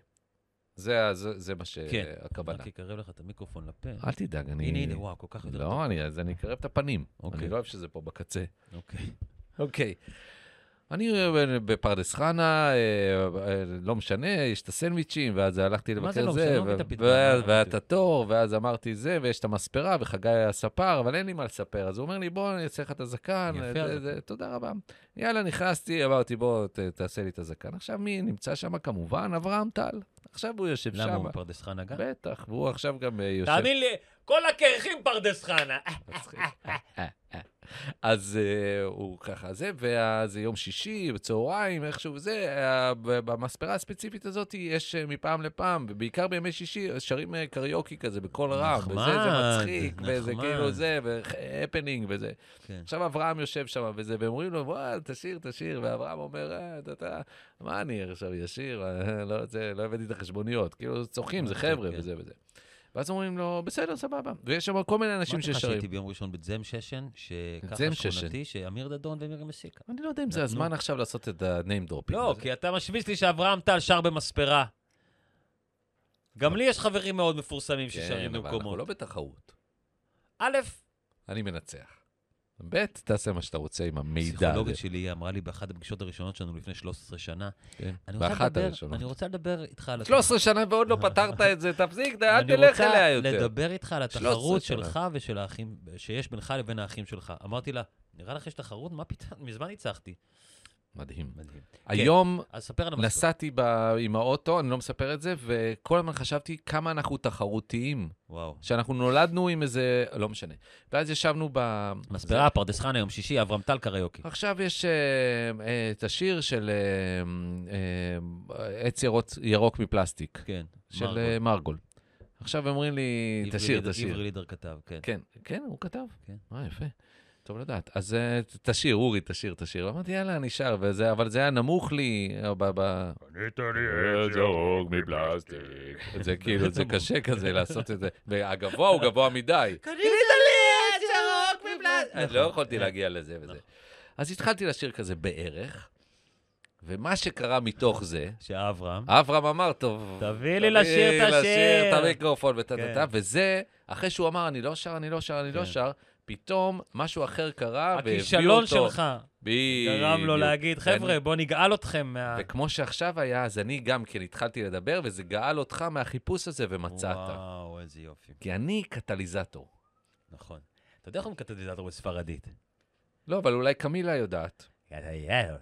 [SPEAKER 3] זה ה- זה זה מה
[SPEAKER 2] כן.
[SPEAKER 3] שהכוונה.
[SPEAKER 2] רק יקרב לך את המיקרופון לפה.
[SPEAKER 3] אל תדאג, אה, אני...
[SPEAKER 2] הנה, הנה, וואו, כל כך יותר טוב.
[SPEAKER 3] לא, אני, אז אני אקרב את הפנים.
[SPEAKER 2] אוקיי.
[SPEAKER 3] אני לא אוהב שזה פה בקצה.
[SPEAKER 2] אוקיי.
[SPEAKER 3] אוקיי. אני אה, בפרדס חנה, אה, אה, לא משנה, יש את הסנדוויצ'ים, ואז הלכתי
[SPEAKER 2] מה
[SPEAKER 3] לבקר
[SPEAKER 2] זה
[SPEAKER 3] זה,
[SPEAKER 2] לא משנה? לא מבין את
[SPEAKER 3] ו-
[SPEAKER 2] הפתגם,
[SPEAKER 3] ואז-
[SPEAKER 2] לא
[SPEAKER 3] והיה את
[SPEAKER 2] הבנתי.
[SPEAKER 3] התור, ואז אמרתי זה, ויש את המספרה, וחגי הספר, אבל אין לי מה לספר. אז הוא אומר לי, בוא, אני אעשה לך את הזקן,
[SPEAKER 2] יפה,
[SPEAKER 3] אה,
[SPEAKER 2] הזקן.
[SPEAKER 3] זה- תודה רבה. יאללה, נכנסתי, אמרתי, בוא, ת- תעשה לי את הזקן. עכשיו, מי נמצא שם? כמובן, אברהם טל. עכשיו הוא יושב שם.
[SPEAKER 2] למה הוא מפרדס חנה גם?
[SPEAKER 3] בטח, והוא עכשיו גם אה, יושב...
[SPEAKER 2] תאמין לי, כל הקרחים פרדס חנה.
[SPEAKER 3] אז אה, הוא ככה זה, וזה יום שישי, בצהריים, איכשהו זה, אה, ב- במספרה הספציפית הזאת יש אה, מפעם לפעם, ובעיקר בימי שישי, אז שרים אה, קריוקי כזה בקול רם,
[SPEAKER 2] נחמד,
[SPEAKER 3] וזה, זה מצחיק, וזה
[SPEAKER 2] נחמד.
[SPEAKER 3] כאילו זה, והפנינג וזה.
[SPEAKER 2] כן.
[SPEAKER 3] עכשיו אברהם יושב שם וזה, והם אומרים לו, וואל, תשיר, תשיר, ואברהם אומר, אה, אתה, אתה, מה אני עכשיו ישיר, אה, לא, זה, לא הבאתי את החשבוניות, כאילו, צוחקים, זה חבר'ה
[SPEAKER 2] כן.
[SPEAKER 3] וזה וזה. ואז אומרים לו, בסדר, סבבה. ויש שם כל מיני אנשים
[SPEAKER 2] אמרתי לך
[SPEAKER 3] ששרים.
[SPEAKER 2] שהייתי ביום ראשון בדזם ששן, שככה
[SPEAKER 3] בדזם ששן.
[SPEAKER 2] שכונתי, שאמיר דדון ומירי מסיקה.
[SPEAKER 3] אני לא יודע אם זה הזמן עכשיו לעשות את ה-name dropping.
[SPEAKER 2] לא,
[SPEAKER 3] הזה.
[SPEAKER 2] כי אתה משוויץ לי שאברהם טל שר במספרה. גם לי יש חברים מאוד מפורסמים ששרים
[SPEAKER 3] כן, אבל אנחנו לא
[SPEAKER 2] במקומות.
[SPEAKER 3] בתחרות.
[SPEAKER 2] א',
[SPEAKER 3] אני מנצח. ב', תעשה מה שאתה רוצה עם המידע הזה.
[SPEAKER 2] הפסיכולוגית שלי היא אמרה לי באחת הפגישות הראשונות שלנו לפני 13 שנה,
[SPEAKER 3] כן,
[SPEAKER 2] אני רוצה
[SPEAKER 3] באחת
[SPEAKER 2] לדבר-
[SPEAKER 3] הראשונות.
[SPEAKER 2] אני רוצה לדבר איתך על... התח-
[SPEAKER 3] 13 שנה ועוד לא פתרת את זה, תפסיק, אל
[SPEAKER 2] אני
[SPEAKER 3] תלך
[SPEAKER 2] רוצה
[SPEAKER 3] אליה יותר.
[SPEAKER 2] לדבר איתך על
[SPEAKER 3] 13
[SPEAKER 2] התחרות
[SPEAKER 3] שנה.
[SPEAKER 2] שלך ושל האחים, שיש בינך לבין האחים שלך. אמרתי לה, נראה לך יש תחרות? מה פתאום? מזמן ניצחתי.
[SPEAKER 3] מדהים.
[SPEAKER 2] מדהים.
[SPEAKER 3] היום
[SPEAKER 2] אז ספר על המסלול.
[SPEAKER 3] נסעתי ב- עם האוטו, אני לא מספר את זה, וכל הזמן חשבתי כמה אנחנו תחרותיים,
[SPEAKER 2] וואו.
[SPEAKER 3] שאנחנו נולדנו עם איזה, לא משנה. ואז ישבנו ב... זה-
[SPEAKER 2] מספרה, פרדס חנה, יום שישי, אברהם טל קריוקי.
[SPEAKER 3] עכשיו יש אה, אה, את השיר של אה, אה, עץ ירות- ירוק מפלסטיק.
[SPEAKER 2] כן.
[SPEAKER 3] של
[SPEAKER 2] מרגול.
[SPEAKER 3] אה, מרגול. עכשיו אומרים לי,
[SPEAKER 2] עברי
[SPEAKER 3] תשיר,
[SPEAKER 2] לידר- עברי
[SPEAKER 3] תשיר.
[SPEAKER 2] לידר כתב, כן.
[SPEAKER 3] כן, כן, הוא כתב.
[SPEAKER 2] כן.
[SPEAKER 3] אה, יפה. טוב לדעת. אז אה, ת- תשיר, אורי, תשיר, תשיר. אמרתי, יאללה, אני שר, וזה- אבל זה היה נמוך לי אה, ב... ב- זה כאילו, זה
[SPEAKER 2] נמוך.
[SPEAKER 3] קשה כזה לעשות את זה. והגבוה הוא גבוה מדי.
[SPEAKER 2] קנית
[SPEAKER 3] לי ירוק מבלז.
[SPEAKER 2] נכון.
[SPEAKER 3] לא יכולתי להגיע לזה וזה. אז התחלתי לשיר כזה בערך, ומה שקרה מתוך זה,
[SPEAKER 2] שאברהם.
[SPEAKER 3] אברהם אמר, טוב,
[SPEAKER 2] תביא לי לשיר את השיר."
[SPEAKER 3] את המיקרופון וטה טה
[SPEAKER 2] כן.
[SPEAKER 3] טה, וזה, אחרי שהוא אמר, אני לא שר, אני לא שר, אני לא
[SPEAKER 2] כן.
[SPEAKER 3] שר, פתאום משהו אחר קרה, והביאו אותו.
[SPEAKER 2] אה,
[SPEAKER 3] כן.
[SPEAKER 2] הכישלון שלך
[SPEAKER 3] בדיוק.
[SPEAKER 2] גרם לו להגיד,
[SPEAKER 3] ואני-
[SPEAKER 2] חבר'ה, בוא נגאל אתכם מה...
[SPEAKER 3] וכמו שעכשיו היה, אז אני גם כן התחלתי לדבר, וזה גאל אותך מהחיפוש הזה, ומצאת.
[SPEAKER 2] וואו, איזה יופי.
[SPEAKER 3] כי אני קטליזטור.
[SPEAKER 2] נכון. אתה יודע איך אומרים קטליזטור בספרדית?
[SPEAKER 3] לא, אבל אולי קמילה יודעת.
[SPEAKER 2] יאללה, יאללה.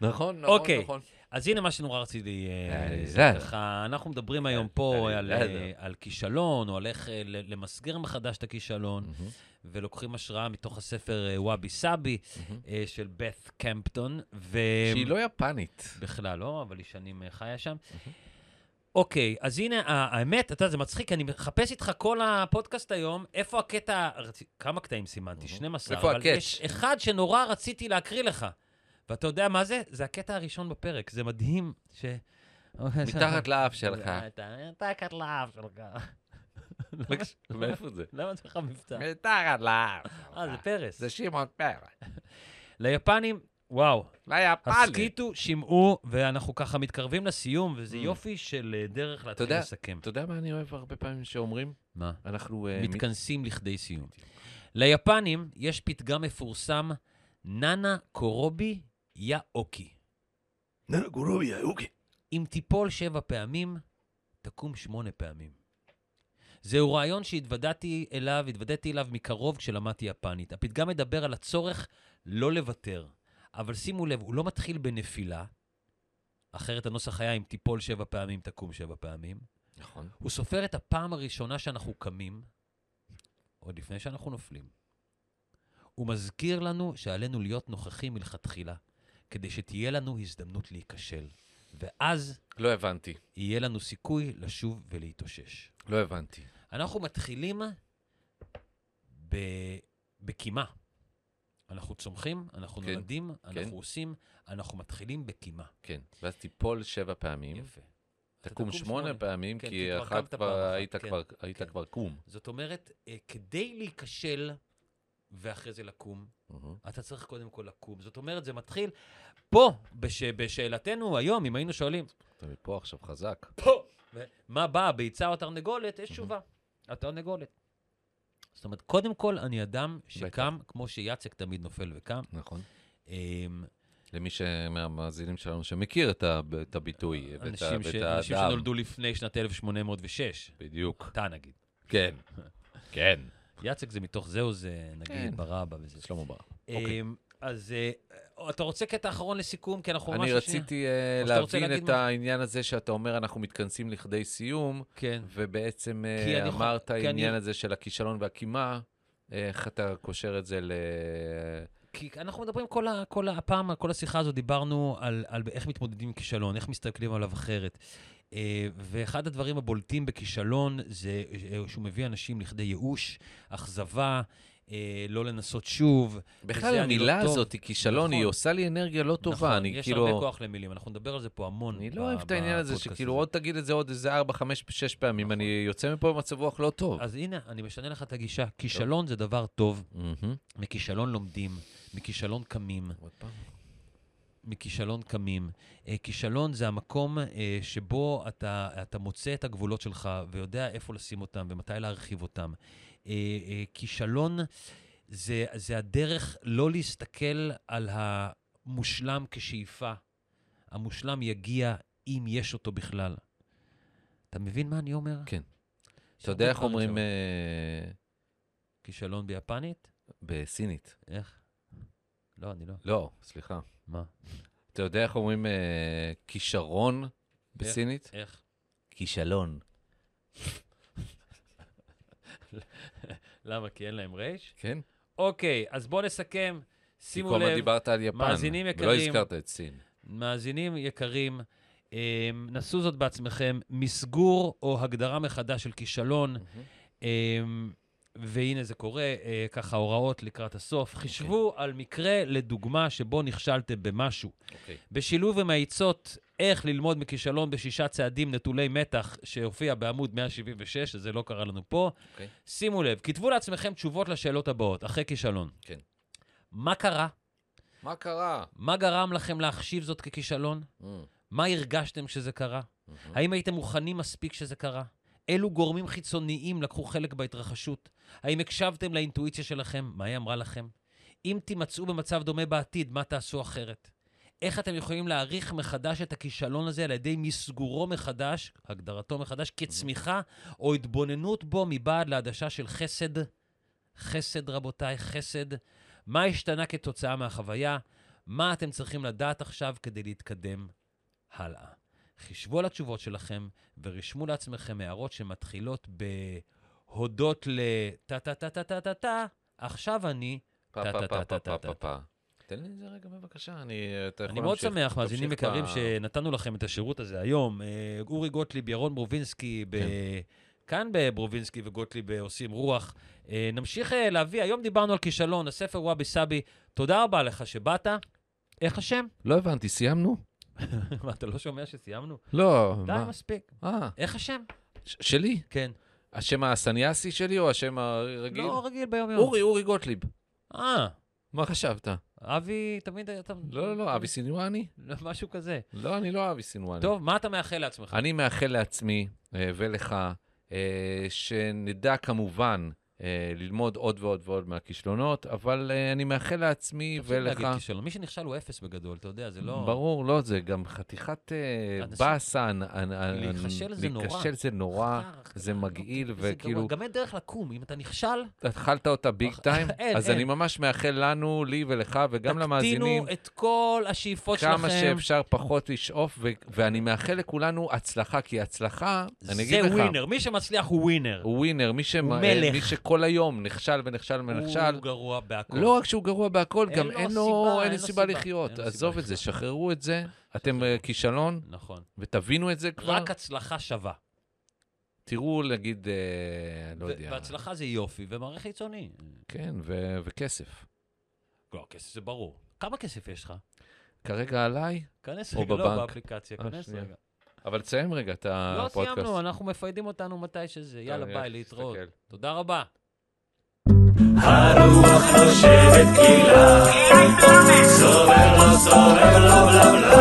[SPEAKER 3] נכון, נכון,
[SPEAKER 2] אוקיי.
[SPEAKER 3] נכון.
[SPEAKER 2] אז הנה מה שנורא רציתי, אה,
[SPEAKER 3] אה,
[SPEAKER 2] זה
[SPEAKER 3] זה.
[SPEAKER 2] ככה, אנחנו מדברים היום
[SPEAKER 3] אה,
[SPEAKER 2] פה
[SPEAKER 3] אה,
[SPEAKER 2] על,
[SPEAKER 3] אה,
[SPEAKER 2] אה, על כישלון, או על איך אה, ל- למסגר מחדש את הכישלון,
[SPEAKER 3] מהמם,
[SPEAKER 2] ולוקחים השראה מתוך הספר אה, וואבי סאבי
[SPEAKER 3] מהמם.
[SPEAKER 2] אה, של בת קמפטון, ו...
[SPEAKER 3] שהיא לא יפנית.
[SPEAKER 2] בכלל לא, אבל היא שנים אה, חיה שם. אוקיי, אז הנה, ה- האמת, אתה יודע, זה מצחיק, אני מחפש איתך כל הפודקאסט היום, איפה הקטע, רצי- כמה קטעים סימנתי? 12,
[SPEAKER 3] אוקיי. איפה
[SPEAKER 2] אבל
[SPEAKER 3] הקאץ'?
[SPEAKER 2] יש אחד שנורא רציתי להקריא לך. ואתה יודע מה זה? זה הקטע הראשון בפרק, זה מדהים ש...
[SPEAKER 3] מתחת לאף שלך.
[SPEAKER 2] מתחת לאף שלך. למה-
[SPEAKER 3] מאיפה זה?
[SPEAKER 2] למה יש לך מבטא?
[SPEAKER 3] מתחת לאף.
[SPEAKER 2] אה, זה פרס.
[SPEAKER 3] זה שמעון לא פרס.
[SPEAKER 2] ליפנים, וואו,
[SPEAKER 3] ליפני.
[SPEAKER 2] הסכיתו, שמעו, ואנחנו ככה מתקרבים לסיום, וזה
[SPEAKER 3] Mm.
[SPEAKER 2] יופי של אה, דרך להתחיל
[SPEAKER 3] יודע-
[SPEAKER 2] לסכם.
[SPEAKER 3] אתה יודע מה אני אוהב הרבה פעמים שאומרים?
[SPEAKER 2] מה?
[SPEAKER 3] אנחנו... אה, מת-
[SPEAKER 2] מתכנסים לכדי סיום. ליפנים יש פתגם מפורסם, ננה קורובי יא אוקי.
[SPEAKER 1] ננה גורוביה, אוקי.
[SPEAKER 2] אם תיפול שבע פעמים, תקום שמונה פעמים. זהו רעיון שהתוודעתי אליו, התוודעתי אליו מקרוב כשלמדתי יפנית. הפתגם מדבר על הצורך לא לוותר. אבל שימו לב, הוא לא מתחיל בנפילה, אחרת הנוסח היה אם תיפול שבע פעמים, תקום שבע פעמים.
[SPEAKER 3] נכון.
[SPEAKER 2] הוא סופר את הפעם הראשונה שאנחנו קמים, עוד לפני שאנחנו נופלים. הוא מזכיר לנו שעלינו להיות נוכחים מלכתחילה, כדי שתהיה לנו הזדמנות להיכשל. ואז
[SPEAKER 3] לא הבנתי.
[SPEAKER 2] יהיה לנו סיכוי לשוב ולהתאושש.
[SPEAKER 3] לא הבנתי.
[SPEAKER 2] אנחנו מתחילים ב... בקימה. אנחנו צומחים, אנחנו
[SPEAKER 3] כן,
[SPEAKER 2] כן, נולדים, אנחנו
[SPEAKER 3] כן.
[SPEAKER 2] עושים, אנחנו מתחילים בקימה.
[SPEAKER 3] כן. ואז תיפול שבע פעמים,
[SPEAKER 2] יפה. אתה
[SPEAKER 3] תקום שמונה פעמים,
[SPEAKER 2] כן,
[SPEAKER 3] כי
[SPEAKER 2] כי כבר
[SPEAKER 3] אחת
[SPEAKER 2] קמת פעם
[SPEAKER 3] כבר
[SPEAKER 2] אחת,
[SPEAKER 3] היית
[SPEAKER 2] כן,
[SPEAKER 3] כבר- היית
[SPEAKER 2] כן.
[SPEAKER 3] כבר קום.
[SPEAKER 2] זאת אומרת, אה, כדי להיכשל ואחרי זה לקום,
[SPEAKER 3] מהמם.
[SPEAKER 2] אתה צריך קודם כל לקום. זאת אומרת, זה מתחיל פה, בש... בשאלתנו היום, אם היינו שואלים,
[SPEAKER 3] אתה מפה עכשיו חזק.
[SPEAKER 2] מה בא, ביצה או תרנגולת, יש תשובה, התרנגולת. זאת אומרת, קודם כל, אני אדם שקם, כמו שיאצק תמיד נופל וקם.
[SPEAKER 3] נכון.
[SPEAKER 2] אמ,
[SPEAKER 3] למי ש- מהמאזינים שלנו שמכיר את ה- את הביטוי ואת ה-
[SPEAKER 2] אנשים ש-
[SPEAKER 3] ואת
[SPEAKER 2] אנשים
[SPEAKER 3] האדם.
[SPEAKER 2] שנולדו לפני שנת 1806,
[SPEAKER 3] בדיוק.
[SPEAKER 2] אתה נגיד.
[SPEAKER 3] כן. כן.
[SPEAKER 2] יאצק זה מתוך זה או זה,
[SPEAKER 3] כן.
[SPEAKER 2] נגיד, ברבא וזה.
[SPEAKER 3] שלמה בר. אוקיי.
[SPEAKER 2] אוקיי. אז אה, אתה רוצה קטע אחרון לסיכום? כי אנחנו ממש...
[SPEAKER 3] אני
[SPEAKER 2] לפני-
[SPEAKER 3] רציתי אה,
[SPEAKER 2] או שאתה רוצה
[SPEAKER 3] להבין
[SPEAKER 2] להגיד
[SPEAKER 3] את
[SPEAKER 2] משהו?
[SPEAKER 3] העניין הזה שאתה אומר, אנחנו מתכנסים לכדי סיום,
[SPEAKER 2] כן.
[SPEAKER 3] ובעצם
[SPEAKER 2] כי
[SPEAKER 3] אה,
[SPEAKER 2] אני חו-
[SPEAKER 3] אמרת
[SPEAKER 2] כי אני-
[SPEAKER 3] העניין הזה של הכישלון והקימה, איך אתה קושר את זה ל...
[SPEAKER 2] כי אנחנו מדברים כל, ה, כל ה, הפעם, על כל השיחה הזו, דיברנו על, על איך מתמודדים עם כישלון, איך מסתכלים עליו אחרת. אה, ואחד הדברים הבולטים בכישלון זה אה, שהוא מביא אנשים לכדי ייאוש, אכזבה, אה, לא לנסות שוב.
[SPEAKER 3] בכלל
[SPEAKER 2] וזה אני לא
[SPEAKER 3] המילה
[SPEAKER 2] טוב.
[SPEAKER 3] הזאת, היא כישלון, היא
[SPEAKER 2] נכון.
[SPEAKER 3] עושה לי אנרגיה לא טובה. אני
[SPEAKER 2] יש
[SPEAKER 3] כאילו...
[SPEAKER 2] הרבה כוח למילים, אנחנו נדבר על זה פה המון.
[SPEAKER 3] אני
[SPEAKER 2] ב-
[SPEAKER 3] לא אוהב את העניין הזה,
[SPEAKER 2] בפודקאסט
[SPEAKER 3] שכאילו
[SPEAKER 2] הזה. נכון.
[SPEAKER 3] עוד תגיד את זה עוד איזה 4, 5, 6 פעמים, אני יוצא מפה במצב רוח לא טוב.
[SPEAKER 2] אז הנה, אני משנה לך את הגישה. כישלון זה דבר טוב,
[SPEAKER 3] מהמם.
[SPEAKER 2] מכישלון לומדים, מכישלון קמים.
[SPEAKER 3] עוד פעם.
[SPEAKER 2] מכישלון קמים. אה, כישלון זה המקום אה, שבו אתה, אתה מוצא את הגבולות שלך ויודע איפה לשים אותם ומתי להרחיב אותם. אה, אה, כישלון זה, זה הדרך לא להסתכל על המושלם כשאיפה. המושלם יגיע אם יש אותו בכלל. אתה מבין מה אני אומר? יש
[SPEAKER 3] כן. אתה
[SPEAKER 2] הרבה
[SPEAKER 3] יודע איך
[SPEAKER 2] דברים
[SPEAKER 3] אומרים
[SPEAKER 2] שם.
[SPEAKER 3] אה,
[SPEAKER 2] כישלון ביפנית?
[SPEAKER 3] בסינית?
[SPEAKER 2] איך? לא, אני לא.
[SPEAKER 3] לא, סליחה.
[SPEAKER 2] מה?
[SPEAKER 3] אתה יודע איך אומרים אה, כישרון בסינית?
[SPEAKER 2] איך?
[SPEAKER 3] כישלון.
[SPEAKER 2] למה? כי אין להם רייש?
[SPEAKER 3] כן?
[SPEAKER 2] אוקיי, אז בואו נסכם.
[SPEAKER 3] כי
[SPEAKER 2] שימו
[SPEAKER 3] כל הזמן
[SPEAKER 2] לב,
[SPEAKER 3] דיברת על יפן.
[SPEAKER 2] מאזינים
[SPEAKER 3] ולא
[SPEAKER 2] יקרים.
[SPEAKER 3] הזכרת את סין.
[SPEAKER 2] מאזינים יקרים, אמ, נסו זאת בעצמכם, מסגור או הגדרה מחדש של כישלון, אמ, והנה זה קורה, אה, ככה הוראות לקראת הסוף.
[SPEAKER 3] אוקיי.
[SPEAKER 2] חישבו על מקרה, לדוגמה, שבו נכשלתם במשהו.
[SPEAKER 3] אוקיי.
[SPEAKER 2] בשילוב עם העצות איך ללמוד מכישלון בשישה צעדים נטולי מתח שהופיע בעמוד 176, שזה לא קרה לנו פה.
[SPEAKER 3] אוקיי.
[SPEAKER 2] שימו לב, כתבו לעצמכם תשובות לשאלות הבאות, אחרי כישלון.
[SPEAKER 3] כן.
[SPEAKER 2] מה קרה?
[SPEAKER 3] מה קרה? Mm, mm-hmm.
[SPEAKER 2] מה גרם לכם להחשיב זאת ככישלון?
[SPEAKER 3] מהמם.
[SPEAKER 2] מה הרגשתם כשזה קרה?
[SPEAKER 3] מהמם.
[SPEAKER 2] האם הייתם מוכנים מספיק כשזה קרה? אילו גורמים חיצוניים לקחו חלק בהתרחשות? האם הקשבתם לאינטואיציה שלכם? מה היא אמרה לכם? אם תימצאו במצב דומה בעתיד, מה תעשו אחרת? איך אתם יכולים להעריך מחדש את הכישלון הזה על ידי מסגורו מחדש, הגדרתו מחדש, כצמיחה או התבוננות בו מבעד לעדשה של חסד? חסד, רבותיי, חסד. מה השתנה כתוצאה מהחוויה? מה אתם צריכים לדעת עכשיו כדי להתקדם הלאה? חישבו על התשובות שלכם ורשמו לעצמכם הערות שמתחילות בהודות לטה-טה-טה-טה-טה-טה, עכשיו אני...
[SPEAKER 3] פה,
[SPEAKER 2] טה,
[SPEAKER 3] פה,
[SPEAKER 2] טה,
[SPEAKER 3] פה,
[SPEAKER 2] טה,
[SPEAKER 3] פה,
[SPEAKER 2] טה, טה.
[SPEAKER 3] פה, פה. תן לי את זה רגע בבקשה, אני... אתה יכול
[SPEAKER 2] אני מאוד
[SPEAKER 3] להמשיך.
[SPEAKER 2] שמח, מאזינים
[SPEAKER 3] תמשיך
[SPEAKER 2] יקרים,
[SPEAKER 3] ב-
[SPEAKER 2] שנתנו לכם את השירות הזה היום. אה, אורי גוטליב, ירון ברובינסקי, ב-
[SPEAKER 3] כן.
[SPEAKER 2] כאן בברובינסקי וגוטליב אה, עושים רוח. אה, נמשיך אה, להביא, היום דיברנו על כישלון, הספר וואבי סאבי. תודה רבה לך שבאת. איך השם?
[SPEAKER 3] לא הבנתי, סיימנו?
[SPEAKER 2] מה, אתה לא שומע שסיימנו?
[SPEAKER 3] לא,
[SPEAKER 2] די,
[SPEAKER 3] מה?
[SPEAKER 2] מספיק.
[SPEAKER 3] אה,
[SPEAKER 2] איך השם?
[SPEAKER 3] ש- שלי?
[SPEAKER 2] כן.
[SPEAKER 3] השם הסניאסי שלי או השם הרגיל?
[SPEAKER 2] לא רגיל ביום-יום.
[SPEAKER 3] אורי, אורי גוטליב.
[SPEAKER 2] אה,
[SPEAKER 3] מה חשבת?
[SPEAKER 2] אבי, תמיד אתה...
[SPEAKER 3] לא, לא, לא, אבי סינואני?
[SPEAKER 2] משהו כזה.
[SPEAKER 3] לא, אני לא אבי סינואני.
[SPEAKER 2] טוב, מה אתה מאחל לעצמך?
[SPEAKER 3] אני מאחל לעצמי אה, ולך אה, שנדע כמובן אה, ללמוד עוד ועוד ועוד מהכישלונות, אבל אה, אני מאחל לעצמי
[SPEAKER 2] תפסיק
[SPEAKER 3] ולך...
[SPEAKER 2] להגיד כישלון. מי שנכשל הוא אפס בגדול, אתה יודע, זה לא...
[SPEAKER 3] ברור, לא, זה גם חתיכת אה,
[SPEAKER 2] אנשים-
[SPEAKER 3] באסה. אנ- אנ- אנ-
[SPEAKER 2] כאילו, להיכשל זה נורא.
[SPEAKER 3] להיכשל זה נורא,
[SPEAKER 2] אחר,
[SPEAKER 3] זה
[SPEAKER 2] אחר,
[SPEAKER 3] מגעיל,
[SPEAKER 2] זה גרוע.
[SPEAKER 3] וכאילו,
[SPEAKER 2] גם אין דרך לקום, אם אתה נכשל,
[SPEAKER 3] אכלת אותה ביג
[SPEAKER 2] אך-
[SPEAKER 3] טיים,
[SPEAKER 2] אין,
[SPEAKER 3] אז
[SPEAKER 2] אין.
[SPEAKER 3] אני ממש מאחל לנו, לי ולך, וגם למאזינים,
[SPEAKER 2] תקטינו את כל השאיפות שלכם.
[SPEAKER 3] כמה שאפשר פחות לשאוף, ו- ואני מאחל לכולנו הצלחה, כי הצלחה, אני אגיד לך,
[SPEAKER 2] זה ווינר, מי שמצליח הוא ווינר.
[SPEAKER 3] הוא ווינר, מי, ש...
[SPEAKER 2] הוא מלך.
[SPEAKER 3] מי שכל היום נכשל ונכשל ונכשל,
[SPEAKER 2] הוא גרוע בהכל.
[SPEAKER 3] לא רק שהוא גרוע בהכל,
[SPEAKER 2] אין
[SPEAKER 3] גם
[SPEAKER 2] לו
[SPEAKER 3] אין
[SPEAKER 2] סיבה,
[SPEAKER 3] לו, אין
[SPEAKER 2] אין
[SPEAKER 3] לו
[SPEAKER 2] לו
[SPEAKER 3] סיבה
[SPEAKER 2] סיבה.
[SPEAKER 3] לחיות.
[SPEAKER 2] אין לו
[SPEAKER 3] עזוב
[SPEAKER 2] סיבה
[SPEAKER 3] את זה,
[SPEAKER 2] לחיות.
[SPEAKER 3] שחררו את זה, אתם אה, כישלון,
[SPEAKER 2] נכון.
[SPEAKER 3] ותבינו את זה כבר.
[SPEAKER 2] רק הצלחה שווה.
[SPEAKER 3] תראו, נגיד, אה, לא
[SPEAKER 2] ו-
[SPEAKER 3] יודע.
[SPEAKER 2] והצלחה זה יופי ומערך חיצוני.
[SPEAKER 3] כן, ו- וכסף.
[SPEAKER 2] לא, כסף זה ברור. כמה כסף יש לך?
[SPEAKER 3] כרגע עליי,
[SPEAKER 2] כנס
[SPEAKER 3] או
[SPEAKER 2] רגע, לא
[SPEAKER 3] בבנק.
[SPEAKER 2] באפליקציה,
[SPEAKER 3] אה,
[SPEAKER 2] כנס
[SPEAKER 3] שנייה.
[SPEAKER 2] רגע.
[SPEAKER 3] אבל תסיים רגע את
[SPEAKER 2] לא
[SPEAKER 3] הפודקאסט.
[SPEAKER 2] סיימנו, אנחנו מפיידים אותנו מתי שזה. יאללה,
[SPEAKER 3] אני הולך
[SPEAKER 2] ביי, להתראות.
[SPEAKER 3] להסתכל.
[SPEAKER 2] תודה רבה.
[SPEAKER 4] הרוח נושבת קהילה, סובב לו, סובב לו, בלה בלה